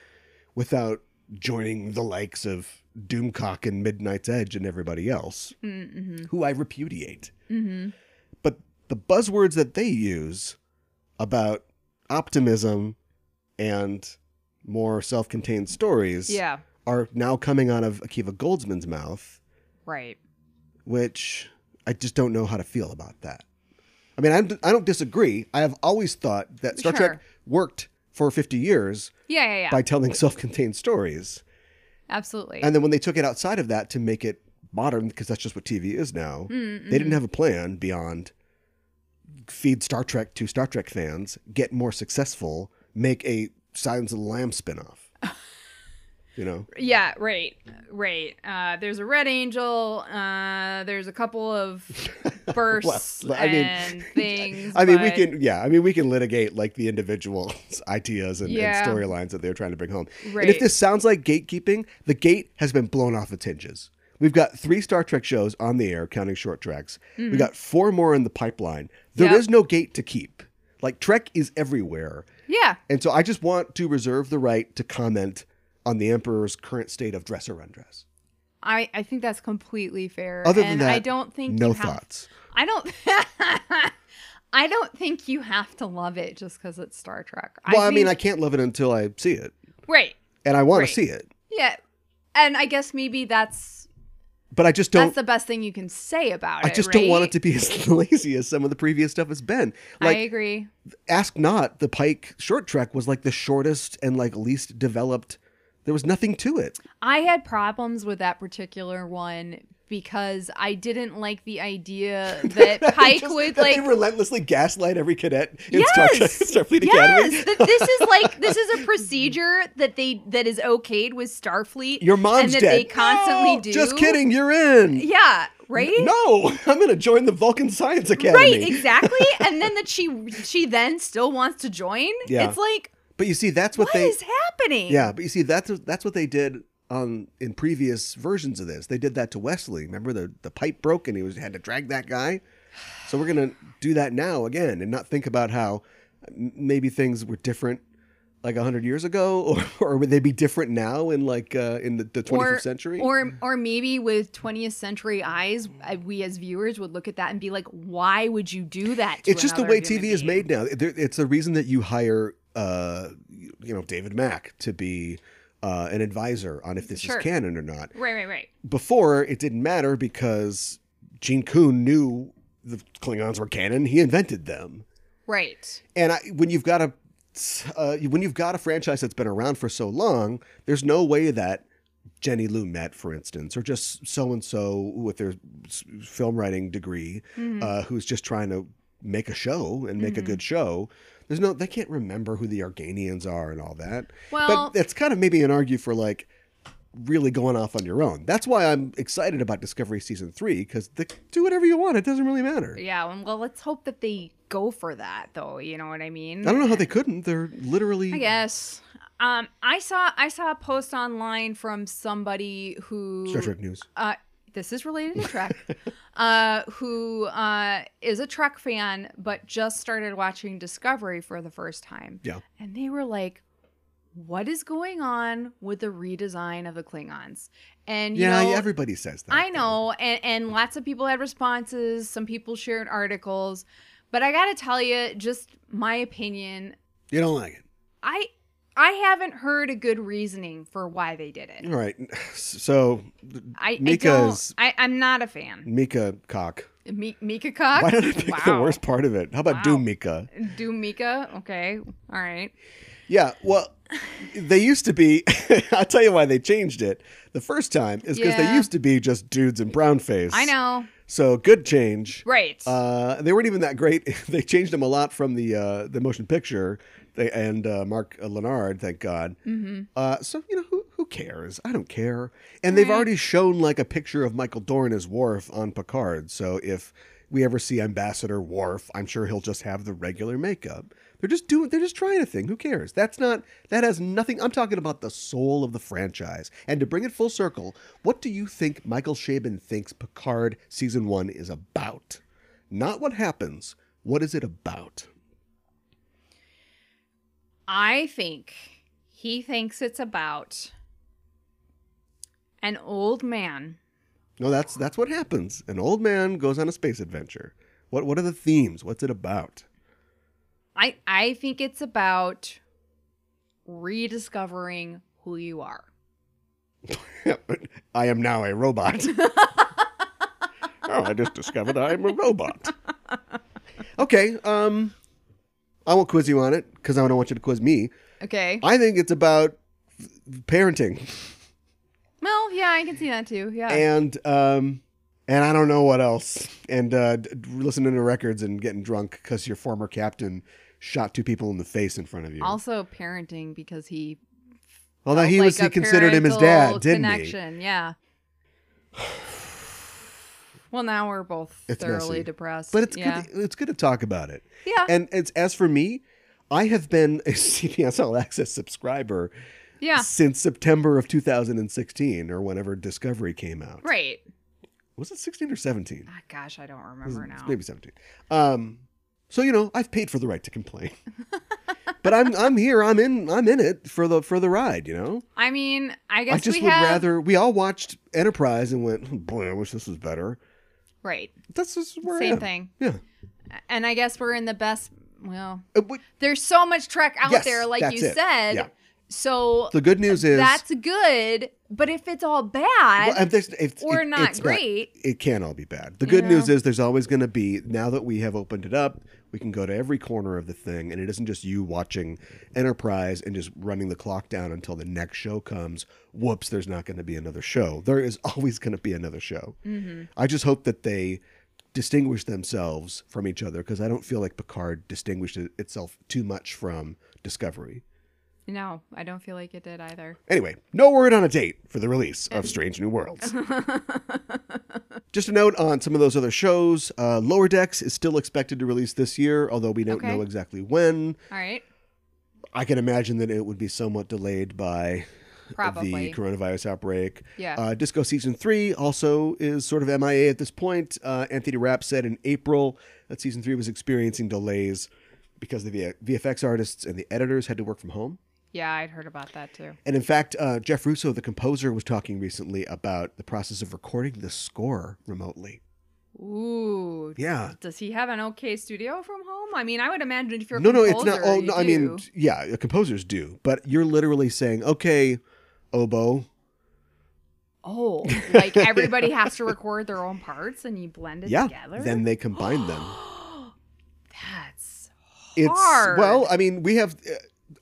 Speaker 1: without joining the likes of Doomcock and Midnight's Edge and everybody else
Speaker 2: Mm-hmm.
Speaker 1: who I repudiate.
Speaker 2: Mm-hmm.
Speaker 1: But the buzzwords that they use about optimism and more self-contained stories
Speaker 2: Yeah.
Speaker 1: are now coming out of Akiva Goldsman's mouth,
Speaker 2: Right.
Speaker 1: which I just don't know how to feel about that. I mean, I'm, I don't disagree. I have always thought that Star Trek
Speaker 2: Sure.
Speaker 1: worked for 50 years
Speaker 2: Yeah, yeah, yeah.
Speaker 1: by telling *laughs* self-contained stories.
Speaker 2: Absolutely.
Speaker 1: And then when they took it outside of that to make it modern, because that's just what TV is now,
Speaker 2: Hmm,
Speaker 1: they didn't have a plan beyond feed Star Trek to Star Trek fans, get more successful, make a Silence of the Lamb
Speaker 2: *laughs*
Speaker 1: spinoff. you know?
Speaker 2: yeah, right. Right. Uh there's a red angel, uh there's a couple
Speaker 1: *laughs*
Speaker 2: of bursts
Speaker 1: Well, *laughs* I mean-
Speaker 2: and things.
Speaker 1: I mean, we
Speaker 2: but-
Speaker 1: can, yeah, I mean, we can litigate like the individual *laughs* ideas and,
Speaker 2: Yeah.
Speaker 1: and storylines that they're trying to bring home. And if
Speaker 2: Right.
Speaker 1: this sounds like gatekeeping, the gate has been blown off its hinges. We've got three Star Trek shows on the air, counting short tracks. We've got four more in the pipeline. There is
Speaker 2: Mm-hmm. Yep.
Speaker 1: no gate to keep. Like, Trek is everywhere.
Speaker 2: Yeah.
Speaker 1: And so I just want to reserve the right to comment on the Emperor's current state of dress or undress.
Speaker 2: I, I think that's completely fair.
Speaker 1: Other than
Speaker 2: and
Speaker 1: that,
Speaker 2: I don't think
Speaker 1: no
Speaker 2: you have-
Speaker 1: thoughts.
Speaker 2: I don't. *laughs* I don't think you have to love it just because it's Star Trek.
Speaker 1: Well, I, mean, I
Speaker 2: think-
Speaker 1: can't love it until I see it.
Speaker 2: right?
Speaker 1: And I want
Speaker 2: Right.
Speaker 1: to see it.
Speaker 2: Yeah, and I guess maybe that's
Speaker 1: But I just don't.
Speaker 2: that's the best thing you can say about
Speaker 1: I
Speaker 2: it.
Speaker 1: just don't want it
Speaker 2: right?
Speaker 1: to be as *laughs* lazy as some of the previous stuff has been. Like,
Speaker 2: I agree.
Speaker 1: Ask Not, the Pike short track was like the shortest and like least developed. There was nothing to it. *laughs*
Speaker 2: I had problems with that particular one because I didn't like
Speaker 1: *laughs*
Speaker 2: the idea that Pike
Speaker 1: Just
Speaker 2: would
Speaker 1: that
Speaker 2: like
Speaker 1: they relentlessly gaslight every cadet in Star Trek *laughs* Starfleet Academy. *laughs*
Speaker 2: Yes, that this is like this is a procedure that they that is okayed with Starfleet.
Speaker 1: Your mom's
Speaker 2: and that
Speaker 1: dead.
Speaker 2: They constantly
Speaker 1: No,
Speaker 2: do.
Speaker 1: Just kidding, you're
Speaker 2: *laughs*
Speaker 1: in.
Speaker 2: Yeah, right.
Speaker 1: No, *laughs* I'm going to join the Vulcan Science Academy.
Speaker 2: Right, exactly. and
Speaker 1: *laughs*
Speaker 2: then that she she then still wants to join.
Speaker 1: Yeah.
Speaker 2: It's like
Speaker 1: But you see, that's what,
Speaker 2: what is
Speaker 1: they.
Speaker 2: happening?
Speaker 1: Yeah, but you see, that's that's what they did on in previous versions of this. They did that to Wesley. Remember the the pipe broke and he was had to drag that guy. So we're gonna do that now again and not think about how m- maybe things were different like hundred years ago, *laughs* or, or would they be different now in like uh, in the, the 21st
Speaker 2: Or,
Speaker 1: century? Mm.
Speaker 2: or or maybe with 20th century eyes, uh, we as viewers would look at that and be like, "Why would you do that?" to
Speaker 1: it's just the
Speaker 2: another
Speaker 1: way
Speaker 2: human
Speaker 1: TV is
Speaker 2: being?
Speaker 1: made now. There- It's the reason that you hire, uh, you know, David Mack to be uh, an advisor on if this
Speaker 2: Sure.
Speaker 1: is canon or not.
Speaker 2: Right, right, right.
Speaker 1: before it didn't matter because Gene Kuhn knew the Klingons were canon. He invented them.
Speaker 2: Right.
Speaker 1: And I, when you've got a uh, when you've got a franchise that's been around for so long, there's no way that Jenny Lou Met, for instance, or just so and so with their s- film writing degree,
Speaker 2: Mm-hmm.
Speaker 1: uh, who's just trying to make a show and make a good show. There's no, they can't remember who the Arganians are and all that.
Speaker 2: Well-
Speaker 1: but that's kind of maybe an argue for like really going off on your own. That's why I'm excited about Discovery season three because do whatever you want. It doesn't really matter.
Speaker 2: Yeah. and Well, let's hope that they go for that, though. You know what I mean?
Speaker 1: I don't know how they couldn't. They're literally
Speaker 2: I guess. Um, I saw I saw a post online from somebody who
Speaker 1: Star Trek news.
Speaker 2: uh, this is related
Speaker 1: *laughs*
Speaker 2: to Trek, uh, who uh, is a Trek fan but just started watching Discovery for the first time.
Speaker 1: Yeah.
Speaker 2: And they were like, what is going on with the redesign of the Klingons? And you
Speaker 1: yeah,
Speaker 2: know,
Speaker 1: everybody says that.
Speaker 2: I
Speaker 1: though.
Speaker 2: know, and, and lots of people had responses. Some people shared articles, but I gotta tell you, just my opinion.
Speaker 1: You don't like it.
Speaker 2: I I haven't heard a good reasoning for why they did it.
Speaker 1: All right. So,
Speaker 2: I, I
Speaker 1: Mika's-
Speaker 2: don't. I, I'm not a fan.
Speaker 1: Mika cock.
Speaker 2: *laughs* Mi- Mika cock.
Speaker 1: Why did I pick the worst part of it? How about
Speaker 2: Wow.
Speaker 1: Doom Mika?
Speaker 2: Do Mika? Okay, all right.
Speaker 1: Yeah, well, they used to be. *laughs* I'll tell you why they changed it. The first time is because they
Speaker 2: Yeah.
Speaker 1: used to be just dudes in brown face.
Speaker 2: I know.
Speaker 1: So, good change.
Speaker 2: Right.
Speaker 1: Uh, they weren't even that great. *laughs* they changed them a lot from the uh, the motion picture they, and uh, Mark Lennard, thank God. Mm-hmm. Uh, so you know who who cares? I don't care. And they've already shown like a picture of Michael Dorn as Worf on Picard. So if we ever see Ambassador Worf, I'm sure he'll just have the regular makeup. They're just doing. They're just trying a thing. Who cares? That's not. That has nothing. I'm talking about the soul of the franchise. And to bring it full circle, what do you think Michael Chabon thinks Picard season one is about? Not what happens. What is it about?
Speaker 2: I think he thinks it's about an old man.
Speaker 1: No, that's that's what happens. An old man goes on a space adventure. What what are the themes? What's it about?
Speaker 2: I I think it's about rediscovering who you are.
Speaker 3: I am now a
Speaker 2: *laughs*
Speaker 3: robot. oh, I just discovered I'm a robot.
Speaker 1: Okay, um, I won't quiz you on it because I don't want you to quiz me.
Speaker 2: Okay.
Speaker 1: I think it's about f- parenting,
Speaker 2: Well, yeah, I can see that too. Yeah.
Speaker 1: and um, and I don't know what else. And uh, d- d- listening to records and getting drunk because your former captain shot two people in the face in front of you.
Speaker 2: also parenting because he
Speaker 1: Although
Speaker 2: felt
Speaker 1: Uh, he
Speaker 2: like
Speaker 1: was, he
Speaker 2: a
Speaker 1: considered him his
Speaker 2: parental
Speaker 1: dad, didn't he?
Speaker 2: connection. Yeah. Well, now we're both
Speaker 1: *sighs* It's
Speaker 2: thoroughly
Speaker 1: messy.
Speaker 2: depressed.
Speaker 1: But it's
Speaker 2: yeah.
Speaker 1: good. It's good to talk about it.
Speaker 2: Yeah.
Speaker 1: And it's as for me, I have been a CBS All *laughs* Access subscriber
Speaker 2: yeah.
Speaker 1: since September of 2016 or whenever Discovery came out.
Speaker 2: Right.
Speaker 1: Was it 16 or 17?
Speaker 2: Ah, gosh, I don't
Speaker 1: It was-
Speaker 2: remember now.
Speaker 1: Maybe 17. Um, so you know, I've paid for the right to complain. *laughs* but I'm I'm here. I'm in I'm in it for the for the ride, you know?
Speaker 2: I mean, I
Speaker 1: I
Speaker 2: guess
Speaker 1: just
Speaker 2: we
Speaker 1: would
Speaker 2: have
Speaker 1: rather we all watched Enterprise and went, "Oh, "Boy, I wish this was better."
Speaker 2: right
Speaker 1: That's just where I
Speaker 2: same
Speaker 1: am.
Speaker 2: thing,
Speaker 1: Yeah.
Speaker 2: and I guess we're in the best. Well,
Speaker 1: Uh, but
Speaker 2: there's so much Trek out
Speaker 1: Yes,
Speaker 2: there, like you
Speaker 1: that's it.
Speaker 2: said.
Speaker 1: Yeah.
Speaker 2: So
Speaker 1: the good news is
Speaker 2: that's good. But if it's all bad,
Speaker 1: Well, if there's- if-
Speaker 2: or
Speaker 1: it-
Speaker 2: not
Speaker 1: it's
Speaker 2: great.
Speaker 1: it can all be bad. The
Speaker 2: You
Speaker 1: good news
Speaker 2: know?
Speaker 1: is there's always going to be, now that we have opened it up, we can go to every corner of the thing. And it isn't just you watching Enterprise and just running the clock down until the next show comes. Whoops, there's not going to be another show. There is *laughs* always going to be another show.
Speaker 2: Mm-hmm.
Speaker 1: I just hope that they distinguish themselves from each other because I don't feel like Picard distinguished it- itself too much from Discovery.
Speaker 2: no, I don't feel like it did either.
Speaker 1: Anyway, no word on a date for the release of Strange New
Speaker 2: *laughs*
Speaker 1: Worlds. Just a note on some of those other shows. Uh, Lower Decks is still expected to release this year, although we don't
Speaker 2: Okay.
Speaker 1: know exactly when.
Speaker 2: All right,
Speaker 1: I can imagine that it would be somewhat delayed by
Speaker 2: probably.
Speaker 1: the coronavirus outbreak.
Speaker 2: Yeah.
Speaker 1: Uh, Disco Season 3 also is sort of MIA at this point. Uh, Anthony Rapp said in April that Season 3 was experiencing delays because the V- VFX artists and the editors had to work from home.
Speaker 2: yeah, I'd heard about that too.
Speaker 1: And in fact, uh, Jeff Russo, the composer, was talking recently about the process of recording the score remotely.
Speaker 2: Ooh.
Speaker 1: Yeah.
Speaker 2: Does he have an okay studio from home? I mean, I would imagine if you're a
Speaker 1: no, no, it's not.
Speaker 2: composer,
Speaker 1: Oh,
Speaker 2: you
Speaker 1: no, I mean, *laughs*
Speaker 2: do.
Speaker 1: yeah, uh, composers do, but you're literally saying, okay, oboe,
Speaker 2: oh, like everybody has to record their own parts and you blend it
Speaker 1: yeah,
Speaker 2: together.
Speaker 1: then they combine
Speaker 2: *gasps*
Speaker 1: them.
Speaker 2: that's
Speaker 1: It's
Speaker 2: Hard.
Speaker 1: well, I mean, we have. uh,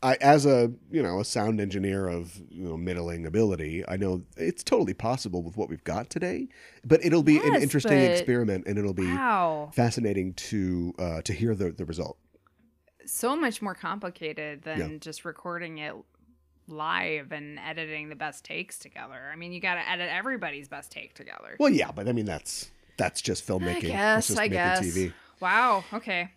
Speaker 1: I, as a you know a sound engineer of you know middling ability, I know it's totally possible with what we've got today, but it'll be an
Speaker 2: Yes,
Speaker 1: interesting
Speaker 2: but-
Speaker 1: experiment, and it'll be
Speaker 2: wow,
Speaker 1: fascinating to uh, to hear the the result.
Speaker 2: so much more complicated than
Speaker 1: Yeah.
Speaker 2: just recording it live and editing the best takes together. I mean, you got to edit everybody's best take together.
Speaker 1: Well, yeah, but I mean that's that's just filmmaking.
Speaker 2: I
Speaker 1: That's
Speaker 2: guess.
Speaker 1: just
Speaker 2: I
Speaker 1: making
Speaker 2: guess.
Speaker 1: TV.
Speaker 2: Wow. Okay.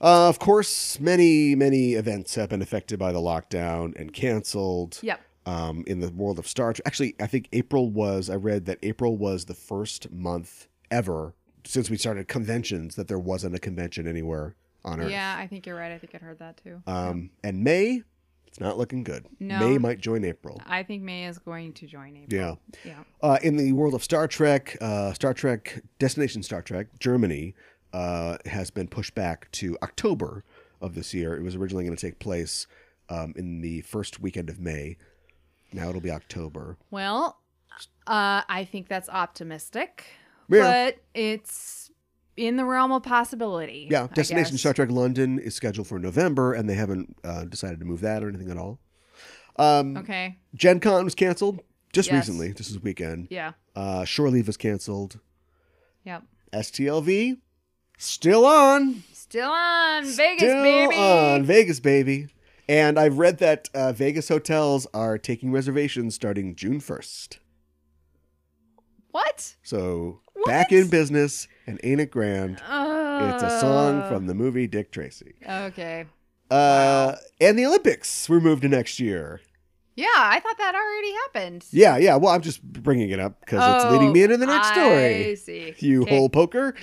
Speaker 1: Uh, of course, many many events have been affected by the lockdown and canceled.
Speaker 2: Yep.
Speaker 1: Um, in the world of Star Trek, actually, I think April was. I read that April was the first month ever since we started conventions that there wasn't a convention anywhere on Earth.
Speaker 2: Yeah, I think you're right. I think I'd heard that too.
Speaker 1: Um, and May, it's not looking good.
Speaker 2: No.
Speaker 1: May might join April.
Speaker 2: I think May is going to join April.
Speaker 1: Yeah.
Speaker 2: Yeah.
Speaker 1: Uh, in the world of Star Trek, uh, Star Trek Destination Star Trek Germany uh, has been pushed back to October of this year. It was originally going to take place um, in the first weekend of May. Now it'll be October.
Speaker 2: Well, uh, I think that's optimistic,
Speaker 1: Yeah.
Speaker 2: but it's in the realm of possibility.
Speaker 1: Yeah,
Speaker 2: I
Speaker 1: Destination
Speaker 2: guess.
Speaker 1: Star Trek London is scheduled for November, and they haven't uh, decided to move that or anything at all. Um,
Speaker 2: Okay.
Speaker 1: Gen Con was canceled just
Speaker 2: Yes.
Speaker 1: recently, just this weekend.
Speaker 2: Yeah.
Speaker 1: Uh, Shore Leave was canceled.
Speaker 2: Yep.
Speaker 1: STLV still on.
Speaker 2: Still on Vegas,
Speaker 1: Still
Speaker 2: baby.
Speaker 1: on Vegas, baby. And I've read that uh, Vegas hotels are taking reservations starting June 1st.
Speaker 2: What?
Speaker 1: So
Speaker 2: What?
Speaker 1: back in business, and ain't it grand?
Speaker 2: Uh,
Speaker 1: It's a song from the movie Dick Tracy.
Speaker 2: Okay.
Speaker 1: Uh, And the Olympics were moved to next year.
Speaker 2: Yeah, I thought that already happened. Oh,
Speaker 1: Yeah, yeah. Well, I'm just bringing it up because it's leading me into the next
Speaker 2: I
Speaker 1: story.
Speaker 2: see.
Speaker 1: you
Speaker 2: Okay.
Speaker 1: hole poker.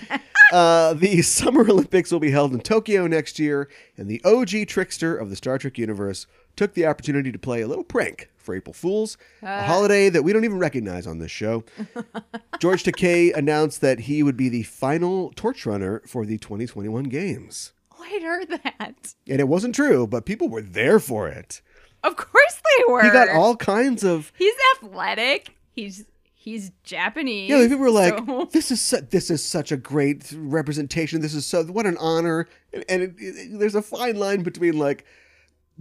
Speaker 1: uh, the Summer Olympics will be held in Tokyo next year, and the OG trickster of the Star Trek universe took the opportunity to play a little prank for April Fools, a holiday that we don't even recognize on this show. George Takei announced that he would be the final torch runner for the 2021 games.
Speaker 2: Oh, I'd heard that.
Speaker 1: And it wasn't true, but people were there for it.
Speaker 2: Of course they were.
Speaker 1: He got all kinds of.
Speaker 2: He's athletic. He's he's Japanese.
Speaker 1: Yeah, people were like,
Speaker 2: so-
Speaker 1: "This is su- this is such a great representation. This is so what an honor." And, and it, it- there's a fine line between like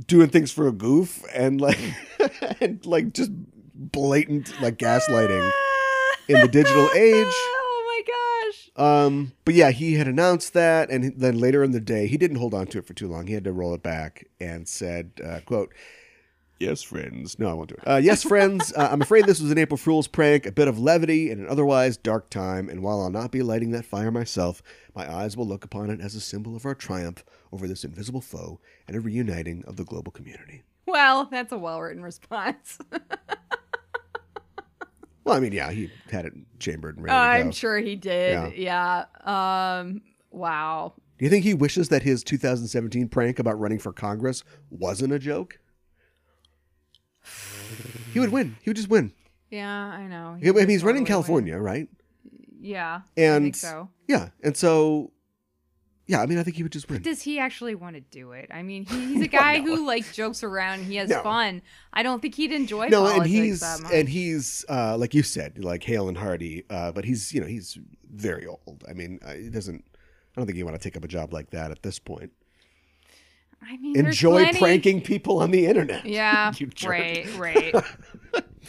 Speaker 1: doing things for a goof and like *laughs* and like just blatant like gaslighting
Speaker 2: *laughs*
Speaker 1: in the digital age.
Speaker 2: Oh my gosh.
Speaker 1: Um, but yeah, he had announced that, and then later in the day, he didn't hold on to it for too long. He had to roll it back and said, uh, "quote
Speaker 3: Yes, friends.
Speaker 1: No, I won't do it. Uh, yes, friends, uh, I'm afraid this was an April Fool's prank, a bit of levity in an otherwise dark time, and while I'll not be lighting that fire myself, my eyes will look upon it as a symbol of our triumph over this invisible foe and a reuniting of the global community."
Speaker 2: Well, that's a
Speaker 1: *laughs*
Speaker 2: well-written response.
Speaker 1: Well, I mean, yeah, he had it chambered and ready to go.
Speaker 2: I'm sure he did. Yeah. Um. Wow.
Speaker 1: Do you think he wishes that his 2017 prank about running for Congress wasn't a joke? He would win. He would just win.
Speaker 2: Yeah, I know.
Speaker 1: I mean, he's running
Speaker 2: Totally.
Speaker 1: California, right?
Speaker 2: Yeah. I
Speaker 1: And
Speaker 2: think so.
Speaker 1: yeah, and so yeah, I mean, I think he would just win.
Speaker 2: Does he actually want to do it? I mean,
Speaker 1: *laughs*
Speaker 2: he, he's a guy who like jokes around. He has
Speaker 1: No.
Speaker 2: fun. I don't think he'd enjoy
Speaker 1: no,
Speaker 2: politics
Speaker 1: and he's
Speaker 2: that much.
Speaker 1: and he's uh, like you said, like hale and hearty, uh, but he's you know he's very old. I mean, uh, he doesn't. I don't think you want to take up a job like that at this point.
Speaker 2: I mean, there's
Speaker 1: Enjoy
Speaker 2: plenty-
Speaker 1: pranking people on the internet.
Speaker 2: *laughs* Yeah,
Speaker 1: *laughs* You jerk. *laughs*
Speaker 2: right, right.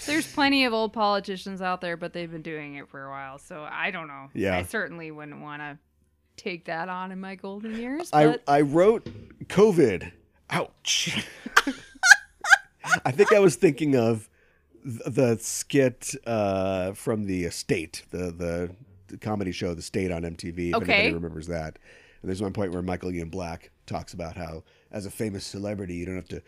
Speaker 2: There's plenty of old politicians out there, but they've been doing it for a while. So I don't know.
Speaker 1: Yeah.
Speaker 2: I certainly wouldn't want to take that on in my golden years.
Speaker 1: I
Speaker 2: But
Speaker 1: I wrote COVID. Ouch. I think I was thinking of th- the skit uh, from the Estate, the, the the comedy show The State on MTV. If
Speaker 2: Okay.
Speaker 1: anybody remembers that, and there's one point where Michael Ian Black talks about how, as a famous celebrity, you don't have to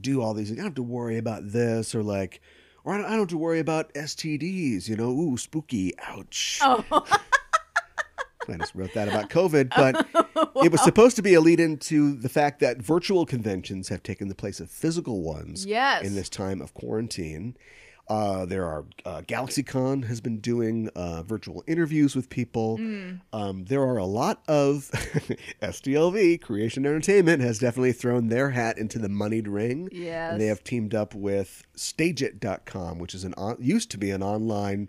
Speaker 1: do all these. things. I don't have to worry about this or like. Or I don't, I don't have to worry about STDs, you know. Ooh, spooky! Ouch.
Speaker 2: oh,
Speaker 1: I just wrote that about COVID,
Speaker 2: *laughs*
Speaker 1: but
Speaker 2: Oh,
Speaker 1: it was supposed to be a lead into the fact that virtual conventions have taken the place of physical ones
Speaker 2: yes.
Speaker 1: in this time of quarantine. Uh, there are uh, GalaxyCon has been doing uh, virtual interviews with people.
Speaker 2: Hmm.
Speaker 1: Um, there are a lot of *laughs* STLV Creation Entertainment has definitely thrown their hat into the moneyed ring.
Speaker 2: yes.
Speaker 1: And they have teamed up with stageit.com, which is an on, used to be an online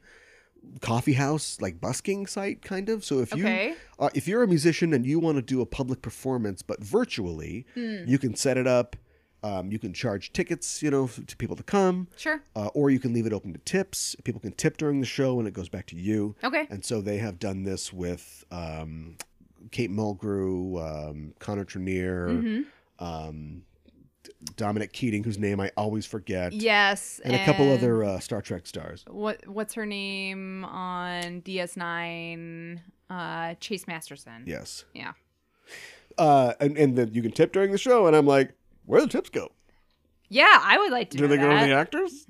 Speaker 1: coffee house like busking site kind of. So if you
Speaker 2: okay.
Speaker 1: uh, if you're a musician and you want to do a public performance but virtually,
Speaker 2: Hmm.
Speaker 1: you can set it up. Um, you can charge tickets, you know, f- to people to come,
Speaker 2: Sure.
Speaker 1: uh, or you can leave it open to tips. People can tip during the show, and it goes back to you.
Speaker 2: Okay.
Speaker 1: And so they have done this with um, Kate Mulgrew, um, Connor Trenier,
Speaker 2: hmm
Speaker 1: um, D- Dominic Keating, whose name I always forget,
Speaker 2: Yes.
Speaker 1: and a couple other uh, Star Trek stars.
Speaker 2: What What's her name on DS9? Uh, Chase Masterson.
Speaker 1: Yes.
Speaker 2: Yeah.
Speaker 1: Uh, and and then you can tip during the show, and I'm like, where do the tips go?
Speaker 2: Yeah, I would like to
Speaker 3: Do
Speaker 2: know
Speaker 3: they go to
Speaker 2: that.
Speaker 3: the actors?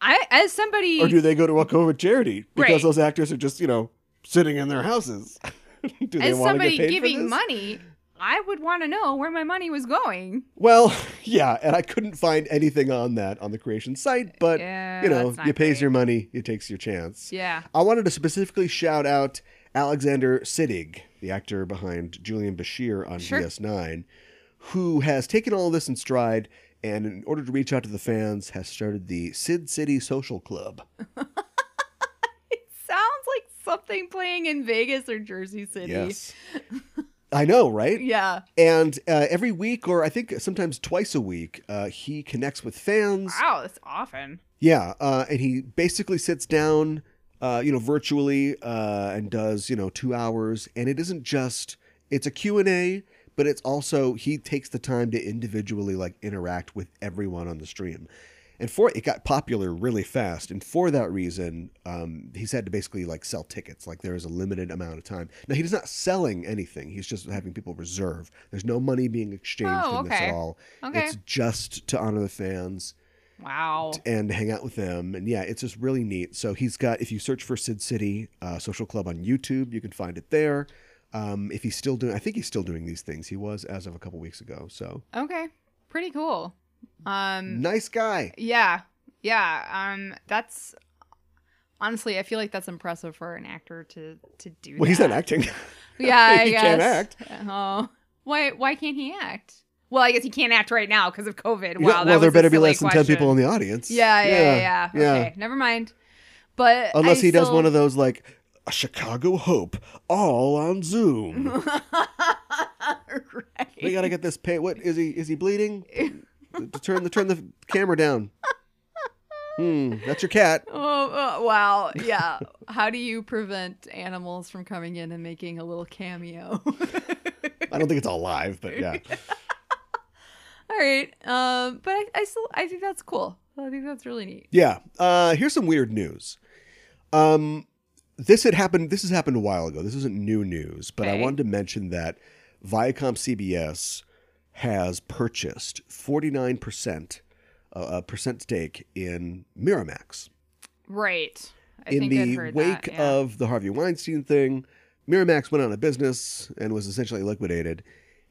Speaker 2: I, as somebody,
Speaker 1: Or do they go to a COVID charity? Because
Speaker 2: Right.
Speaker 1: those actors are just, you know, sitting in their
Speaker 2: *laughs*
Speaker 1: houses. *laughs* do they
Speaker 2: as
Speaker 1: want to
Speaker 2: somebody
Speaker 1: get paid for
Speaker 2: giving
Speaker 1: this?
Speaker 2: money, I would want to know where my money was going.
Speaker 1: Well, *laughs* yeah, and I couldn't find anything on that on the creation site, but
Speaker 2: Yeah,
Speaker 1: you know,
Speaker 2: that's not
Speaker 1: you pays
Speaker 2: great.
Speaker 1: your money, you takes your chance.
Speaker 2: Yeah.
Speaker 1: I wanted to specifically shout out Alexander Siddig, the actor behind Julian Bashir on
Speaker 2: Sure.
Speaker 1: DS9, who has taken all this in stride and, in order to reach out to the fans, has started the Sid City Social Club.
Speaker 2: Sounds like something playing in Vegas or Jersey City.
Speaker 1: I know, right?
Speaker 2: Yeah.
Speaker 1: And uh, every week, or I think sometimes twice a week, uh, he connects with fans.
Speaker 2: Wow, that's often.
Speaker 1: Yeah, uh, and he basically sits down, uh, you know, virtually uh, and does you know two hours, and it isn't just it's a Q and A, but it's also he takes the time to individually like interact with everyone on the stream. And for it got popular really fast, and for that reason, um, he's had to basically like sell tickets. Like there is a limited amount of time. Now he's not selling anything; he's just having people reserve. There's no money being exchanged
Speaker 2: Oh,
Speaker 1: in this at
Speaker 2: okay.
Speaker 1: all.
Speaker 2: Okay.
Speaker 1: It's just to honor the fans
Speaker 2: Wow.
Speaker 1: and hang out with them. And yeah, it's just really neat. So he's got, if you search for Sid City uh, Social Club on YouTube, you can find it there. Um, if he's still doing, I think he's still doing these things. He was as of a couple weeks ago. So
Speaker 2: Okay. Pretty cool. Um
Speaker 1: nice guy.
Speaker 2: yeah. Yeah. Um that's honestly I feel like that's impressive for an actor to to do
Speaker 1: Well, he's *laughs*
Speaker 2: that.
Speaker 1: not acting.
Speaker 2: Yeah, I
Speaker 1: He
Speaker 2: guess.
Speaker 1: can't
Speaker 2: Oh. Why why can't he act? Well, I guess he can't act right now because of COVID.
Speaker 1: Yeah,
Speaker 2: Wow. that
Speaker 1: well, there
Speaker 2: was a
Speaker 1: better be
Speaker 2: silly
Speaker 1: less than ten
Speaker 2: question.
Speaker 1: people in the audience.
Speaker 2: Yeah, yeah, yeah, yeah. Okay, never mind. But
Speaker 1: Unless
Speaker 2: I
Speaker 1: he does
Speaker 2: still-
Speaker 1: one of those like
Speaker 3: A Chicago Hope, all on
Speaker 2: *laughs*
Speaker 3: Zoom.
Speaker 2: right.
Speaker 1: we gotta get this paint. What is he? Is he
Speaker 2: *laughs*
Speaker 1: bleeding? To turn the turn the camera down. Hmm, that's your cat.
Speaker 2: Oh, oh, wow. Yeah. How do you prevent animals from coming in and making a little cameo? *laughs*
Speaker 3: I don't think it's all live, but yeah.
Speaker 2: All right. Um, but I, I still I think that's cool. I think that's really neat.
Speaker 1: Yeah. Uh, here's some weird news. Um, this had happened. This has happened a while ago. This isn't new news, but I
Speaker 2: Okay.
Speaker 1: wanted to mention that Viacom CBS has purchased 49 percent uh, a percent stake in Miramax.
Speaker 2: Right. I
Speaker 1: in
Speaker 2: think
Speaker 1: the
Speaker 2: I'd heard
Speaker 1: wake
Speaker 2: that, yeah.
Speaker 1: of the Harvey Weinstein thing, Miramax went out of business and was essentially liquidated,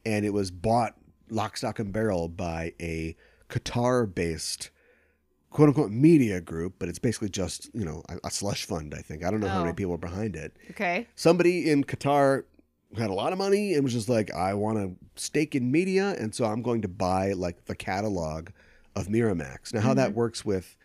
Speaker 1: and it was bought lock, stock, and barrel by a Qatar-based "quote unquote" media group, but it's basically just you know a, a slush fund. I think I don't know how
Speaker 2: Oh.
Speaker 1: many people are behind it.
Speaker 2: Okay.
Speaker 1: Somebody in Qatar had a lot of money and was just like, "I want a stake in media," and so I'm going to buy like the catalog of Miramax. Now, how
Speaker 2: Mm-hmm.
Speaker 1: that works with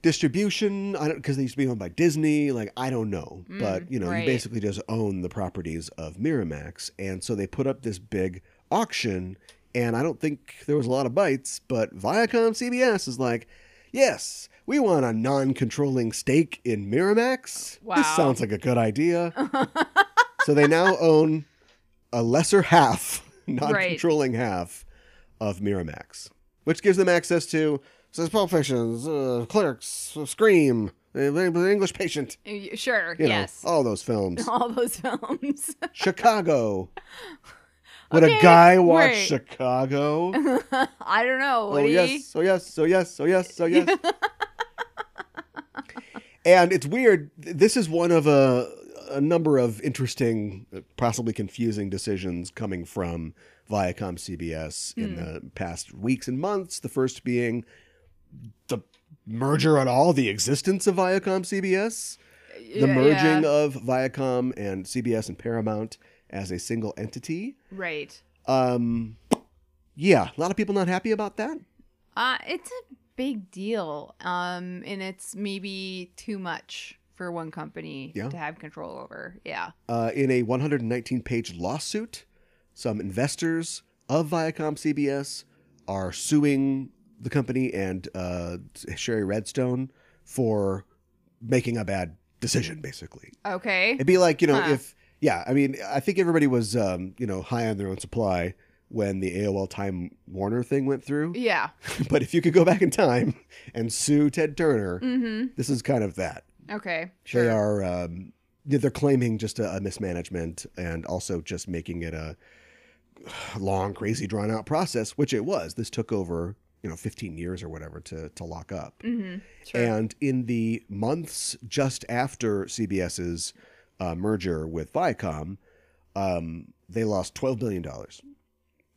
Speaker 1: distribution i don't because they used to be owned by disney like i don't know but
Speaker 2: Mm,
Speaker 1: you know you
Speaker 2: right.
Speaker 1: basically just own the properties of miramax and so they put up this big auction and i don't think there was a lot of bites but viacom cbs is like yes we want a non-controlling stake in miramax this
Speaker 2: Wow.
Speaker 1: sounds like a good
Speaker 2: *laughs*
Speaker 1: idea so they now own a lesser half *laughs* non-controlling half of miramax which gives them access to says Pulp Fiction, uh, Clerks, Scream, The the English Patient,
Speaker 2: Y- Sure.
Speaker 1: you know,
Speaker 2: yes.
Speaker 1: all those films.
Speaker 2: *laughs* all those films. *laughs*
Speaker 1: Chicago. Would a
Speaker 2: Okay,
Speaker 1: guy watch
Speaker 2: wait. *laughs*
Speaker 1: Chicago?
Speaker 2: I don't know.
Speaker 1: oh
Speaker 2: Woody.
Speaker 1: yes, oh yes, oh yes, oh yes, oh yes. and it's weird. Th- This is one of a a number of interesting, uh, possibly confusing decisions coming from Viacom CBS
Speaker 2: Hmm.
Speaker 1: in the past weeks and months. The first being the merger at all, the existence of Viacom CBS the
Speaker 2: Yeah,
Speaker 1: merging
Speaker 2: yeah.
Speaker 1: of Viacom and CBS and Paramount as a single entity.
Speaker 2: Right.
Speaker 1: Um, yeah, a lot of people not happy about that.
Speaker 2: Uh, it's a big deal. Um, and it's maybe too much for one company
Speaker 1: Yeah.
Speaker 2: to have control over. Yeah.
Speaker 1: Uh, in a 119 page lawsuit, some investors of Viacom CBS are suing the company and uh, Sherry Redstone for making a bad decision, basically.
Speaker 2: Okay.
Speaker 1: It'd be like, you know,
Speaker 2: Huh.
Speaker 1: if yeah, I mean, I think everybody was um, you know, high on their own supply when the AOL Time Warner thing went
Speaker 2: *laughs*
Speaker 1: through.
Speaker 2: Yeah.
Speaker 1: but if you could go back in time and sue Ted Turner,
Speaker 2: Mm-hmm.
Speaker 1: this is kind of that.
Speaker 2: Okay.
Speaker 1: They
Speaker 2: Sure.
Speaker 1: are um, they're claiming just a, a mismanagement and also just making it a long, crazy, drawn out process, which it was. This took over you know 15 years or whatever to to lock up.
Speaker 2: Mm-hmm. Sure.
Speaker 1: And in the months just after CBS's uh, merger with Viacom, um, they lost twelve billion dollars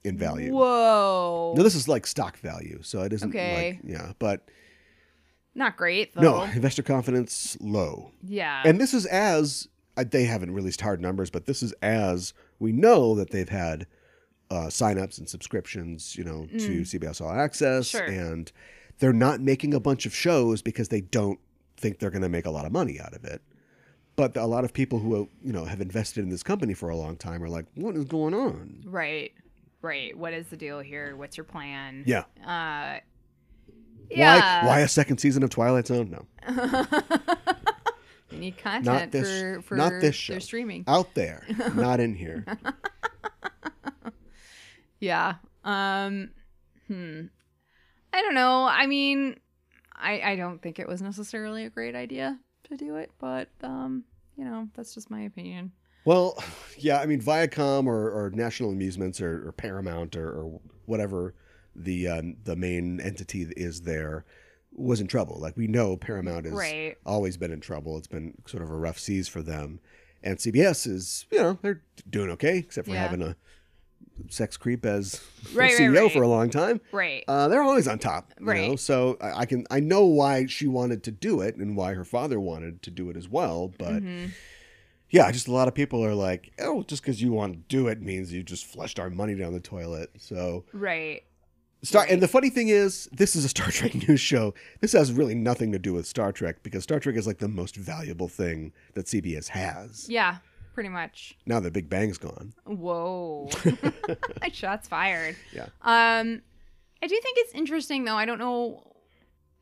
Speaker 1: in value.
Speaker 2: Whoa.
Speaker 1: Now this is like stock value, so it isn't
Speaker 2: Okay.
Speaker 1: like yeah, but
Speaker 2: Not great though.
Speaker 1: no *laughs* investor confidence low.
Speaker 2: Yeah.
Speaker 1: And this is as uh, they haven't released hard numbers, but this is as we know that they've had uh, signups and subscriptions, you know, to CBS All Access,
Speaker 2: Mm. Sure.
Speaker 1: and they're not making a bunch of shows because they don't think they're going to make a lot of money out of it. But a lot of people who you know have invested in this company for a long time are like, "What is going on?"
Speaker 2: right. Right. What is the deal here? What's your plan?
Speaker 1: Yeah.
Speaker 2: Uh. Yeah.
Speaker 1: Why? Why a second season of Twilight Zone? No,
Speaker 2: *laughs* You need content
Speaker 1: this-
Speaker 2: for for
Speaker 1: not this show.
Speaker 2: their streaming.
Speaker 1: out
Speaker 2: *laughs*
Speaker 1: there, not in here.
Speaker 2: Yeah. Um. Hmm. I don't know. I mean, I I don't think it was necessarily a great idea to do it, but um, you know, that's just my opinion.
Speaker 1: Well, yeah, I mean, Viacom or, or National Amusements or, or Paramount or, or whatever the um, the main entity is there was in trouble. Like we know, Paramount has
Speaker 2: Right.
Speaker 1: always been in trouble. It's been sort of a rough seas for them, and CBS is you know they're doing okay except for
Speaker 2: Yeah.
Speaker 1: having a sex creep as
Speaker 2: Right, right,
Speaker 1: CEO for
Speaker 2: right.
Speaker 1: a long time.
Speaker 2: Right.
Speaker 1: Uh, they're always on top, you
Speaker 2: Right.
Speaker 1: know? So I, I can I know why she wanted to do it and why her father wanted to do it as well, but
Speaker 2: Mhm.
Speaker 1: Yeah, just a lot of people are like, oh, just because you want to do it means you just flushed our money down the toilet. So,
Speaker 2: Right.
Speaker 1: Star- and the funny thing is, this is a Star *laughs* Trek news show. This has really nothing to do with Star Trek because Star Trek is like the most valuable thing that CBS has.
Speaker 2: Yeah, pretty much.
Speaker 1: Now the Big Bang's gone. *laughs*
Speaker 2: Whoa. *laughs* Shots fired.
Speaker 1: Yeah.
Speaker 2: Um I do think it's interesting though. I don't know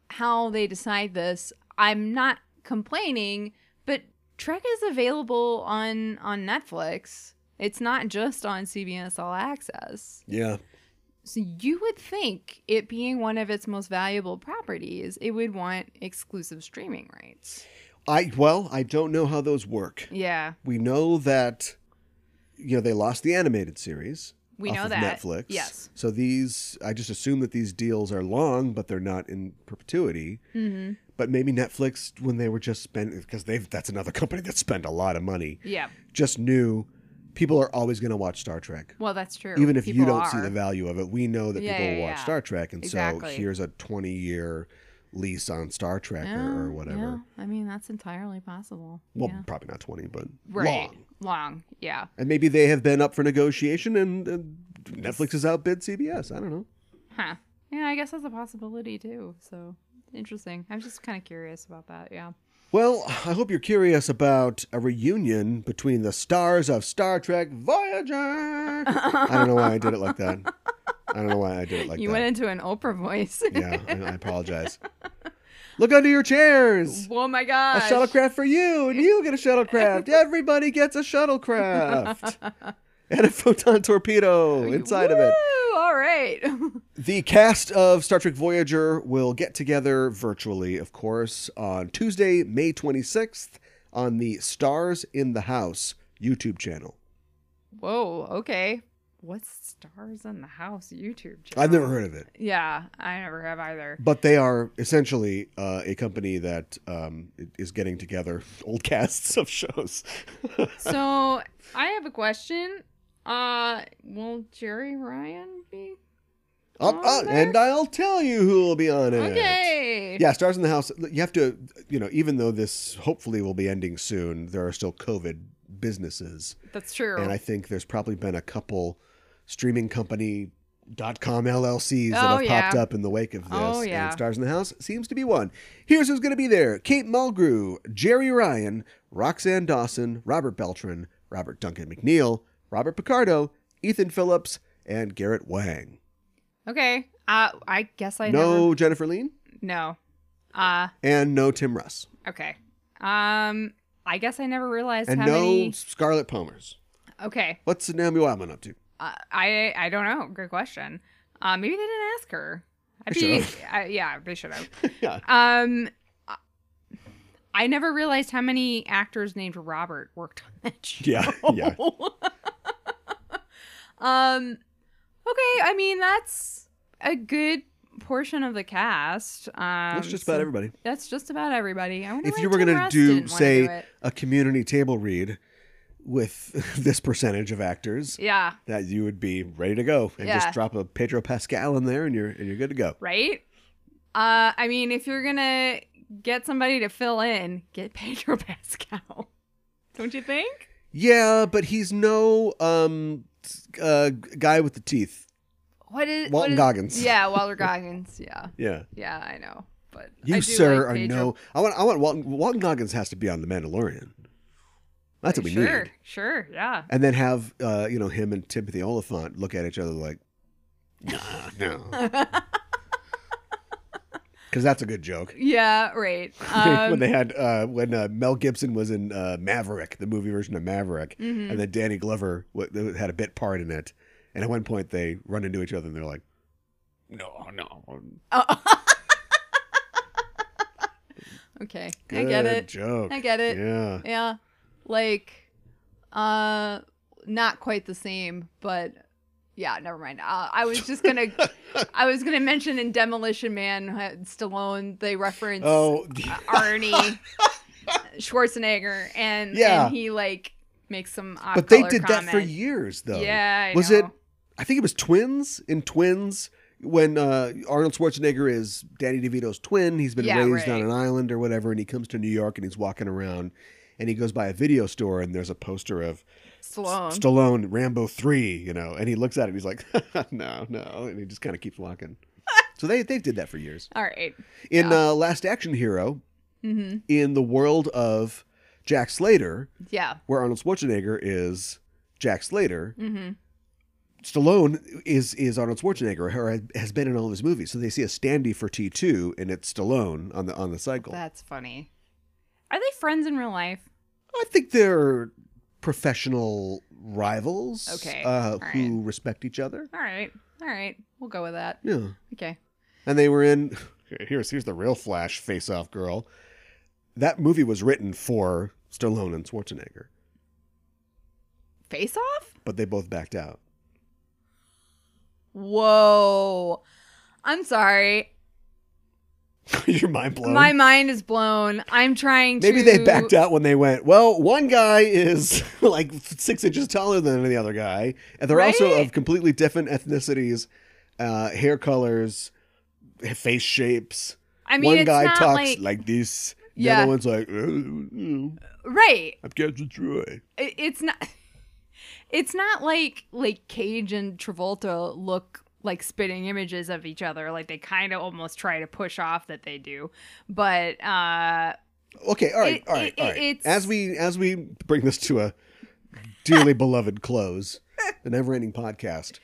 Speaker 2: how they decide this. I'm not complaining, but Trek is available on on Netflix. It's not just on CBS All Access.
Speaker 1: Yeah.
Speaker 2: So you would think it being one of its most valuable properties, it would want exclusive streaming rights.
Speaker 1: I well, I don't know how those work.
Speaker 2: Yeah.
Speaker 1: We know that you know they lost the animated series.
Speaker 2: We
Speaker 1: off
Speaker 2: know
Speaker 1: of
Speaker 2: that.
Speaker 1: Netflix.
Speaker 2: Yes.
Speaker 1: So these, I just assume that these deals are long, but they're not in perpetuity.
Speaker 2: Mhm.
Speaker 1: But maybe Netflix, when they were just spent, because they've that's another *laughs* company that spent a lot of money,
Speaker 2: Yeah.
Speaker 1: just knew people are always going to watch Star Trek,
Speaker 2: Well, that's true.
Speaker 1: even if you
Speaker 2: People
Speaker 1: don't see
Speaker 2: are.
Speaker 1: the value of it. We know that
Speaker 2: Yeah,
Speaker 1: people will
Speaker 2: yeah,
Speaker 1: watch
Speaker 2: yeah.
Speaker 1: Star Trek, and
Speaker 2: Exactly.
Speaker 1: so here's a 20 year lease on Star Trek or, or
Speaker 2: Yeah,
Speaker 1: whatever.
Speaker 2: yeah. I mean, that's entirely possible.
Speaker 1: Well,
Speaker 2: yeah.
Speaker 1: probably not 20, but
Speaker 2: Right.
Speaker 1: long.
Speaker 2: Long. Yeah.
Speaker 1: And maybe they have been up for negotiation and uh, Netflix has outbid CBS. I don't know.
Speaker 2: Huh. Yeah, I guess that's a possibility too. So interesting. I was just kind of curious about that. Yeah.
Speaker 1: Well, I hope you're curious about a reunion between the stars of Star Trek Voyager. I don't know why I did it like that. I don't know why I did it like
Speaker 2: you
Speaker 1: that.
Speaker 2: went into an Oprah voice. *laughs*
Speaker 1: yeah, I, I apologize. Look under your chairs.
Speaker 2: oh my
Speaker 1: A
Speaker 2: gosh.
Speaker 1: shuttlecraft for you, and you get a shuttlecraft. Everybody gets a shuttlecraft. and a photon torpedo inside of it.
Speaker 2: Woo! All right. *laughs*
Speaker 1: The cast of Star Trek Voyager will get together virtually, of course, on Tuesday, May 26th on the Stars in the House YouTube channel.
Speaker 2: Whoa. Okay. What's stars in the house YouTube channel?
Speaker 1: I've never heard of it,
Speaker 2: Yeah, I never have either.
Speaker 1: but they are essentially uh, a company that um, is getting together *laughs* old casts of shows. *laughs*
Speaker 2: so *laughs* I have a question. Uh, will Jerry Ryan be?
Speaker 1: Up,
Speaker 2: Oh,
Speaker 1: up,
Speaker 2: there.
Speaker 1: and I'll tell you who will be on it.
Speaker 2: Okay.
Speaker 1: Yeah, Stars in the House. You have to, you know, even though this hopefully will be ending soon, there are still COVID businesses.
Speaker 2: That's true.
Speaker 1: and I think there's probably been a couple streaming company dot com LLCs that
Speaker 2: Oh,
Speaker 1: have
Speaker 2: yeah.
Speaker 1: popped up in the wake of this.
Speaker 2: Oh, yeah.
Speaker 1: And Stars in the House seems to be one. Here's who's going to be there. Kate Mulgrew, Jerry Ryan, Roxanne Dawson, Robert Beltran, Robert Duncan McNeil, Robert Picardo, Ethan Phillips, and Garrett Wang.
Speaker 2: Okay. Uh, I guess I
Speaker 1: no
Speaker 2: never.
Speaker 1: Jennifer Lean
Speaker 2: No. Uh,
Speaker 1: and no Tim Russ.
Speaker 2: okay. Um, I guess I never realized
Speaker 1: And
Speaker 2: how
Speaker 1: no
Speaker 2: many.
Speaker 1: Scarlett Palmer's.
Speaker 2: Okay.
Speaker 1: What's Naomi Wildman up to? *laughs*
Speaker 2: Uh, I I don't know. Good question. Uh, maybe they didn't ask her. I'd
Speaker 1: They
Speaker 2: be,
Speaker 1: should've.
Speaker 2: *laughs* I, yeah, they should have.
Speaker 1: Yeah.
Speaker 2: Um, I- I never realized how many actors named Robert worked on that *laughs* show.
Speaker 1: Yeah, yeah.
Speaker 2: um, okay. I mean, that's a good portion of the cast. Um,
Speaker 1: That's just about
Speaker 2: so-
Speaker 1: everybody.
Speaker 2: That's just about everybody. I wonder
Speaker 1: if
Speaker 2: why
Speaker 1: you were
Speaker 2: Tim
Speaker 1: going to
Speaker 2: Russ didn't
Speaker 1: do
Speaker 2: wanna
Speaker 1: say
Speaker 2: it.
Speaker 1: a community table read with *laughs* this percentage of actors
Speaker 2: yeah,
Speaker 1: that you would be ready to go and
Speaker 2: Yeah.
Speaker 1: just drop a Pedro Pascal in there and you're and you're good to go.
Speaker 2: right. Uh, I mean, if you're gonna get somebody to fill in, get *laughs* Pedro Pascal. Don't you think?
Speaker 1: Yeah, but he's no um uh, guy with the teeth.
Speaker 2: What
Speaker 1: Walton
Speaker 2: is what is-
Speaker 1: Goggins. *laughs*
Speaker 2: Yeah, Walter Goggins. Yeah,
Speaker 1: Yeah.
Speaker 2: yeah, I know. But I
Speaker 1: You
Speaker 2: do
Speaker 1: sir
Speaker 2: like
Speaker 1: are
Speaker 2: Pedro-
Speaker 1: no I want I want Walton Walton Goggins has to be on the Mandalorian. That's what we
Speaker 2: sure,
Speaker 1: need.
Speaker 2: Sure, yeah.
Speaker 1: And then have uh, you know him and Timothy Oliphant look at each other like nah,
Speaker 2: *laughs*
Speaker 1: no. *laughs* Cuz that's a good joke.
Speaker 2: Yeah, right.
Speaker 1: *laughs* when
Speaker 2: Um,
Speaker 1: they had uh, when uh, Mel Gibson was in uh, Maverick, the movie version of Maverick, *laughs*
Speaker 2: mhm.
Speaker 1: and then Danny Glover w- had a bit part in it. And at one point, they run into each other and they're like,
Speaker 3: No, no.
Speaker 2: Oh. *laughs* okay,
Speaker 1: "Good
Speaker 2: I get it.
Speaker 1: joke."
Speaker 2: I get it.
Speaker 1: Yeah,
Speaker 2: Yeah. Like uh not quite the same, but yeah, never mind. Uh, I was
Speaker 1: *laughs*
Speaker 2: just going to I was going to mention in Demolition Man uh, Stallone they reference
Speaker 1: Oh, *laughs*
Speaker 2: Arnie Schwarzenegger and
Speaker 1: Yeah.
Speaker 2: and he like makes some odd
Speaker 1: but they
Speaker 2: color
Speaker 1: did that for
Speaker 2: comment.
Speaker 1: years, though.
Speaker 2: Yeah, I
Speaker 1: was
Speaker 2: know.
Speaker 1: it? I think it was Twins in Twins when uh, Arnold Schwarzenegger is Danny DeVito's twin. He's been
Speaker 2: Yeah,
Speaker 1: raised on
Speaker 2: right.
Speaker 1: an island or whatever, and he comes to New York and he's walking around, and he goes by a video store and there's a poster of
Speaker 2: Stallone.
Speaker 1: Stallone Rambo 3, you know, and he looks at it and he's like, *laughs* no, no. And he just kind of keeps
Speaker 2: *laughs*
Speaker 1: walking. so they, they did that for years.
Speaker 2: All right.
Speaker 1: In uh, Last Action Hero,
Speaker 2: Mm-hmm.
Speaker 1: in the world of Jack Slater,
Speaker 2: Yeah.
Speaker 1: where Arnold Schwarzenegger is Jack Slater,
Speaker 2: Mm-hmm.
Speaker 1: Stallone is is Arnold Schwarzenegger or has been in all of his movies. So they see a standee for T two, and it's Stallone on the on the cycle.
Speaker 2: That's funny. Are they friends in real life?
Speaker 1: I think they're professional rivals,
Speaker 2: Okay,
Speaker 1: uh,
Speaker 2: all
Speaker 1: who respect each other.
Speaker 2: All right. All right. We'll go with that.
Speaker 1: Yeah,
Speaker 2: Okay.
Speaker 1: and they were in. Here's here's the real Flash Face Off girl. That movie was written for Stallone and Schwarzenegger,
Speaker 2: Face off?
Speaker 1: but they both backed out.
Speaker 2: Whoa. I'm sorry.
Speaker 1: *laughs* Your mind blown.
Speaker 2: My mind is blown. I'm trying
Speaker 1: Maybe
Speaker 2: to.
Speaker 1: they backed out when they went, well, one guy is *laughs* like six inches taller than the other guy. And they're also
Speaker 2: Right?
Speaker 1: of completely different ethnicities, uh, hair colors, face shapes.
Speaker 2: I mean,
Speaker 1: one
Speaker 2: it's
Speaker 1: guy
Speaker 2: not
Speaker 1: talks
Speaker 2: like,
Speaker 1: like, this. The
Speaker 2: Yeah.
Speaker 1: other one's like, "Uh, uh,
Speaker 2: right.
Speaker 1: I'm Captain Troy.
Speaker 2: It- It's not. *laughs* It's not like like Cage and Travolta look like spitting images of each other. Like they kind of almost try to push off that they do, but uh,
Speaker 1: Okay, all right,
Speaker 2: It-
Speaker 1: all right,
Speaker 2: it-
Speaker 1: all right.
Speaker 2: it's-
Speaker 1: As we as we bring this to a dearly *laughs* beloved close, the never-ending podcast,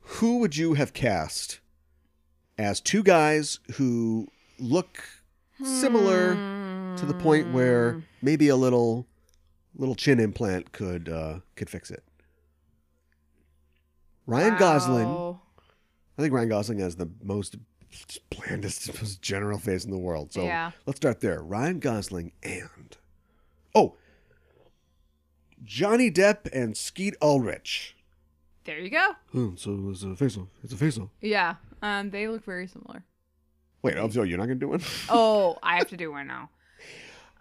Speaker 1: who would you have cast as two guys who look similar to
Speaker 2: hmm.
Speaker 1: the point where maybe a little little chin implant could uh, could fix it? Ryan Gosling,
Speaker 2: Wow.
Speaker 1: I think Ryan Gosling has the most blandest, most general face in the world. So
Speaker 2: Yeah.
Speaker 1: let's start there. Ryan Gosling and oh, Johnny Depp and Skeet Ulrich.
Speaker 2: There you go.
Speaker 1: Oh, so it's a face off. It's a face off.
Speaker 2: Yeah, um, they look very similar.
Speaker 1: Wait, oh, so you're not gonna do one?
Speaker 2: Oh, I have to do one now.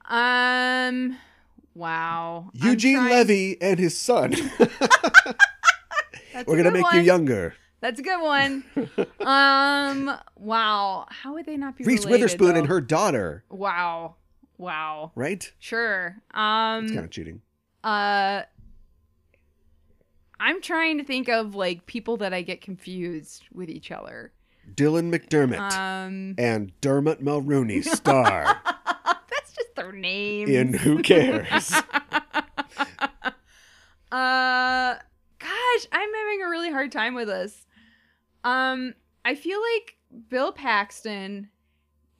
Speaker 2: Um, wow.
Speaker 1: *laughs*
Speaker 2: I'm
Speaker 1: Eugene
Speaker 2: trying-
Speaker 1: Levy and his
Speaker 2: *laughs*
Speaker 1: son.
Speaker 2: That's a
Speaker 1: We're gonna
Speaker 2: good
Speaker 1: make you
Speaker 2: one.
Speaker 1: younger.
Speaker 2: That's a
Speaker 1: *laughs*
Speaker 2: good one. um, wow. How would they not be
Speaker 1: Reese
Speaker 2: related,
Speaker 1: Witherspoon and
Speaker 2: though?
Speaker 1: her daughter.
Speaker 2: Wow. Wow.
Speaker 1: Right?
Speaker 2: Sure.
Speaker 1: It's kind
Speaker 2: Um
Speaker 1: of cheating.
Speaker 2: uh I'm trying to think of like people that I get confused with each other.
Speaker 1: Dylan McDermott
Speaker 2: Um
Speaker 1: and Dermot Mulroney star
Speaker 2: *laughs* that's just their name.
Speaker 1: in Who
Speaker 2: *laughs*
Speaker 1: Cares.
Speaker 2: Uh gosh, I'm having a really hard time with this. Um I feel like Bill Paxton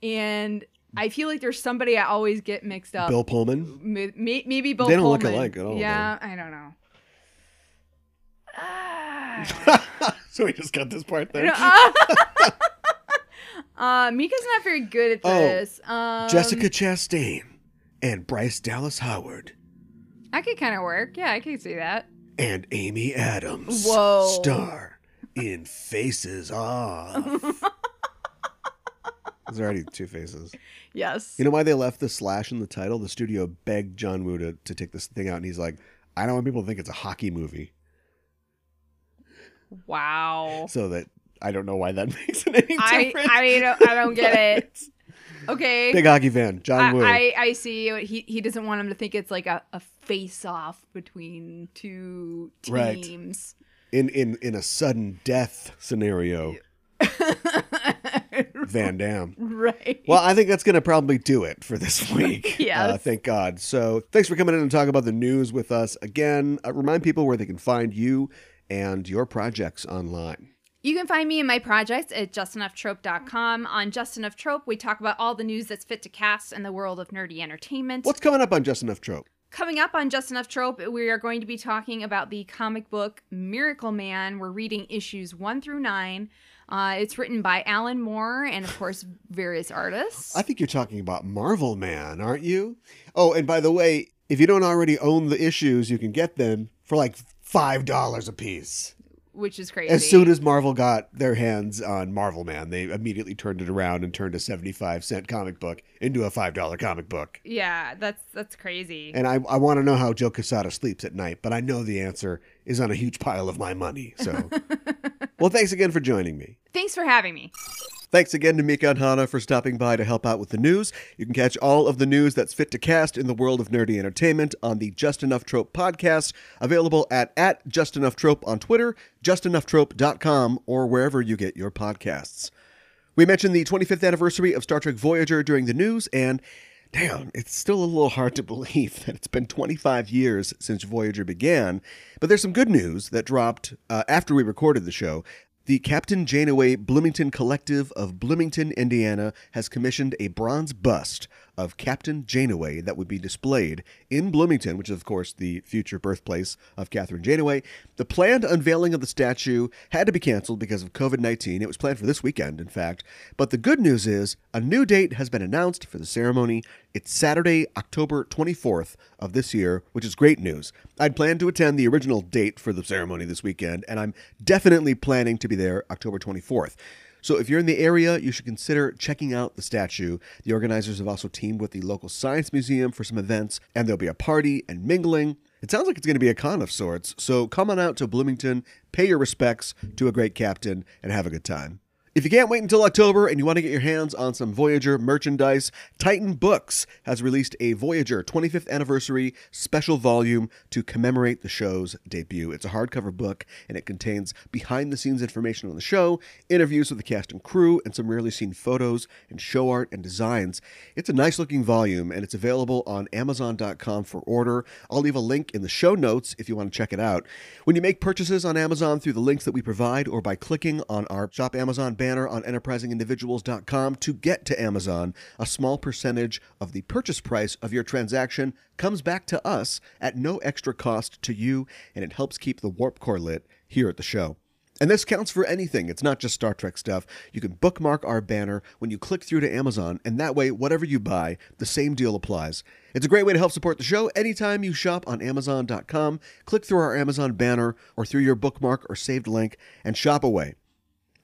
Speaker 2: and I feel like there's somebody I always get mixed up.
Speaker 1: Bill
Speaker 2: *laughs*
Speaker 1: Pullman. *laughs*
Speaker 2: May- may- maybe Bill
Speaker 1: They don't look
Speaker 2: Pullman.
Speaker 1: alike at all,
Speaker 2: Yeah, I
Speaker 1: *laughs*
Speaker 2: don't know. Ah.
Speaker 1: so we just got this part there.
Speaker 2: No, uh, *laughs* uh, Mika's not very good at
Speaker 1: Oh,
Speaker 2: this. um,
Speaker 1: Jessica Chastain and Bryce Dallas Howard
Speaker 2: I could kind of work. Yeah, I could see that.
Speaker 1: and Amy Adams
Speaker 2: Whoa.
Speaker 1: star in Faces
Speaker 2: *laughs*
Speaker 1: Off. There's already two faces.
Speaker 2: Yes.
Speaker 1: You know why they left the slash in the title? The studio begged John Woo to, to take this thing out, and he's like, I don't want people to think it's a hockey movie.
Speaker 2: wow.
Speaker 1: So that I don't know why that *laughs* makes it any
Speaker 2: I
Speaker 1: difference.
Speaker 2: I don't, I don't
Speaker 1: *laughs*
Speaker 2: get it. Okay.
Speaker 1: Big hockey fan, John Woo.
Speaker 2: I, I, I see. what He he doesn't want him to think it's like a, a face off between two
Speaker 1: Right.
Speaker 2: teams. *laughs*
Speaker 1: in, in, in a sudden death scenario,
Speaker 2: Right.
Speaker 1: Van Damme. Well, I think that's going to probably do it for this *laughs* week.
Speaker 2: Yes.
Speaker 1: Uh, thank God. So thanks for coming in and talking about the news with us again. Uh, remind people where they can find you and your projects online.
Speaker 2: You can find me and my projects at justenoughtrope.com. On Just Enough Trope, we talk about all the news that's fit to cast in the world of nerdy entertainment.
Speaker 1: What's coming up on Just Enough Trope?
Speaker 2: Coming up on Just Enough Trope, we are going to be talking about the comic book Miracle Man. We're reading issues one through nine. Uh, it's written by Alan Moore and, of course, various artists.
Speaker 1: I think you're talking about Marvel Man, aren't you? Oh, and by the way, if you don't already own the issues, you can get them for like $5 a piece.
Speaker 2: which is crazy.
Speaker 1: As soon as Marvel got their hands on Marvel Man, they immediately turned it around and turned a 75 cent comic book into a $5 comic book.
Speaker 2: yeah, that's that's crazy.
Speaker 1: And I, I want to know how Joe Casada sleeps at night, but I know the answer is on a huge pile of my money. So
Speaker 3: Well, thanks again for joining me.
Speaker 2: Thanks for having me.
Speaker 1: Thanks again to Mika and Hana for stopping by to help out with the news. You can catch all of the news that's fit to cast in the world of nerdy entertainment on the Just Enough Trope podcast, available at, at Just Enough Trope on Twitter, justenoughtrope.com, or wherever you get your podcasts. We mentioned the 25th anniversary of Star Trek Voyager during the news, and damn, it's still a little hard to *laughs* believe that it's been 25 years since Voyager began. But there's some good news that dropped uh, after we recorded the show. The Captain Janeway Bloomington Collective of Bloomington, Indiana, has commissioned a bronze bust of Captain Janeway that would be displayed in Bloomington, which is, of course, the future birthplace of Catherine Janeway. The planned unveiling of the statue had to be canceled because of COVID 19. It was planned for this weekend, in fact. But the good news is a new date has been announced for the ceremony. It's Saturday, October 24th of this year, which is great news. I'd planned to attend the original date for the ceremony this weekend, and I'm definitely planning to be there October 24th. So if you're in the area, you should consider checking out the statue. The organizers have also teamed with the local science museum for some events, and there'll be a party and mingling. It sounds like it's going to be a con of sorts, so come on out to Bloomington, pay your respects to a great captain, and have a good time. If you can't wait until October and you want to get your hands on some Voyager merchandise, Titan Books has released a Voyager 25th anniversary special volume to commemorate the show's debut. It's a hardcover book and it contains behind the scenes information on the show, interviews with the cast and crew, and some rarely seen photos and show art and designs. It's a nice looking volume and it's available on Amazon.com for order. I'll leave a link in the show notes if you want to check it out. When you make purchases on Amazon through the links that we provide or by clicking on our Shop Amazon banner on enterprisingindividuals.com to get to Amazon, a small percentage of the purchase price of your transaction comes back to us at no extra cost to you, and it helps keep the Warp Core lit here at the show. And this counts for anything. It's not just Star Trek stuff. You can bookmark our banner when you click through to Amazon, and that way, whatever you buy, the same deal applies. It's a great way to help support the show. Anytime you shop on Amazon.com, click through our Amazon banner or through your bookmark or saved link and shop away.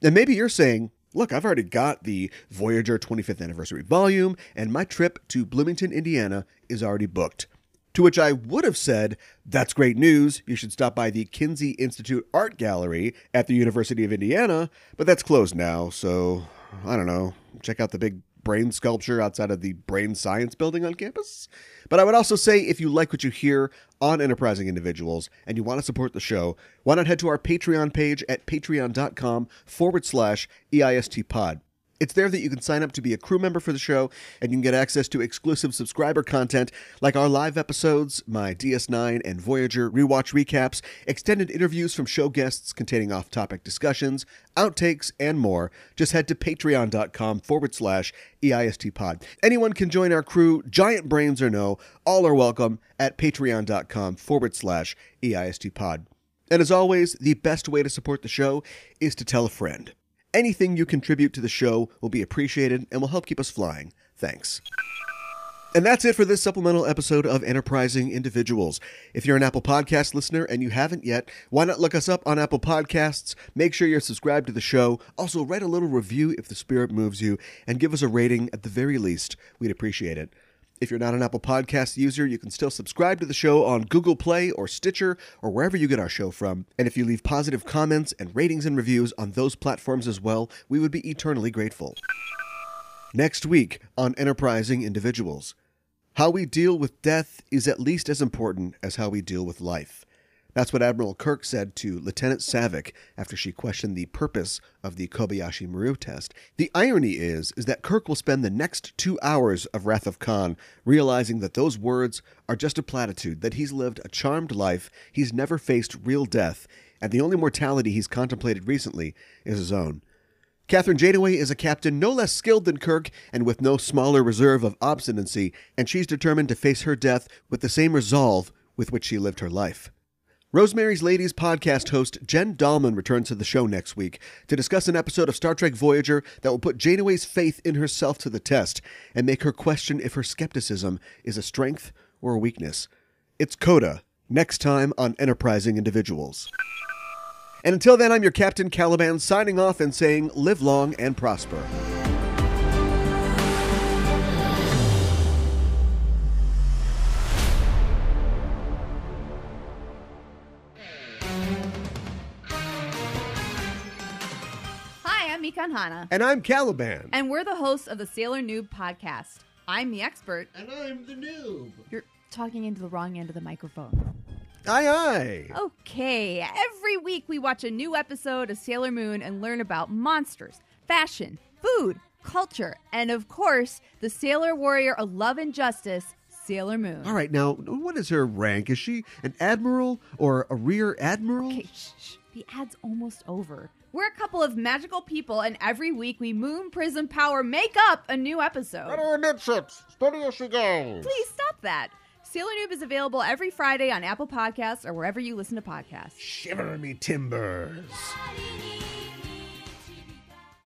Speaker 1: And maybe you're saying, look, I've already got the Voyager 25th anniversary volume, and my trip to Bloomington, Indiana is already booked. To which I would have said, that's great news. You should stop by the Kinsey Institute Art Gallery at the University of Indiana, but that's closed now, so I don't know. Check out the big brain sculpture outside of the Brain Science building on campus. But I would also say if you like what you hear on Enterprising Individuals and you want to support the show, why not head to our Patreon page at patreon.com forward slash E EIST pod. It's there that you can sign up to be a crew member for the show, and you can get access to exclusive subscriber content like our live episodes, my DS9 and Voyager rewatch recaps, extended interviews from show guests containing off topic discussions, outtakes, and more. Just head to patreon.com forward slash E EIST pod. Anyone can join our crew, giant brains or no, all are welcome at patreon.com forward slash E EIST pod. And as always, the best way to support the show is to tell a friend. Anything you contribute to the show will be appreciated and will help keep us flying. Thanks. And that's it for this supplemental episode of Enterprising Individuals. If you're an Apple Podcast listener and you haven't yet, why not look us up on Apple Podcasts? Make sure you're subscribed to the show. Also, write a little review if the spirit moves you and give us a rating at the very least. We'd appreciate it. If you're not an Apple Podcast user, you can still subscribe to the show on Google Play or Stitcher or wherever you get our show from. And if you leave positive comments and ratings and reviews on those platforms as well, we would be eternally grateful. Next week on Enterprising Individuals How we deal with death is at least as important as how we deal with life. That's what Admiral Kirk said to Lieutenant Savick after she questioned the purpose of the Kobayashi Maru test. The irony is is that Kirk will spend the next 2 hours of Wrath of Khan realizing that those words are just a platitude that he's lived a charmed life, he's never faced real death, and the only mortality he's contemplated recently is his own. Catherine Janeway is a captain no less skilled than Kirk and with no smaller reserve of obstinacy, and she's determined to face her death with the same resolve with which she lived her life. Rosemary's Ladies podcast host Jen Dahlman returns to the show next week to discuss an episode of Star Trek Voyager that will put Janeway's faith in herself to the test and make her question if her skepticism is a strength or a weakness. It's Coda, next time on Enterprising Individuals. And until then, I'm your Captain Caliban signing off and saying live long and prosper.
Speaker 2: Mikan Hana,
Speaker 1: And I'm Caliban.
Speaker 2: and we're the hosts of the Sailor Noob podcast. I'm the expert.
Speaker 4: And I'm the noob.
Speaker 2: You're talking into the wrong end of the microphone.
Speaker 1: Aye, aye.
Speaker 2: Okay, every week we watch a new episode of Sailor Moon and learn about monsters, fashion, food, culture, and of course, the Sailor Warrior of Love and Justice, Sailor Moon.
Speaker 1: All right, now, what is her rank? Is she an admiral or a rear admiral?
Speaker 2: Okay, shh, shh. The ad's almost over. We're a couple of magical people, and every week we Moon Prism Power make up a new episode.
Speaker 4: Better amidships. Steady as she goes.
Speaker 2: Please stop that. Sailor Noob is available every Friday on Apple Podcasts or wherever you listen to podcasts.
Speaker 1: Shiver me timbers.
Speaker 5: 「君に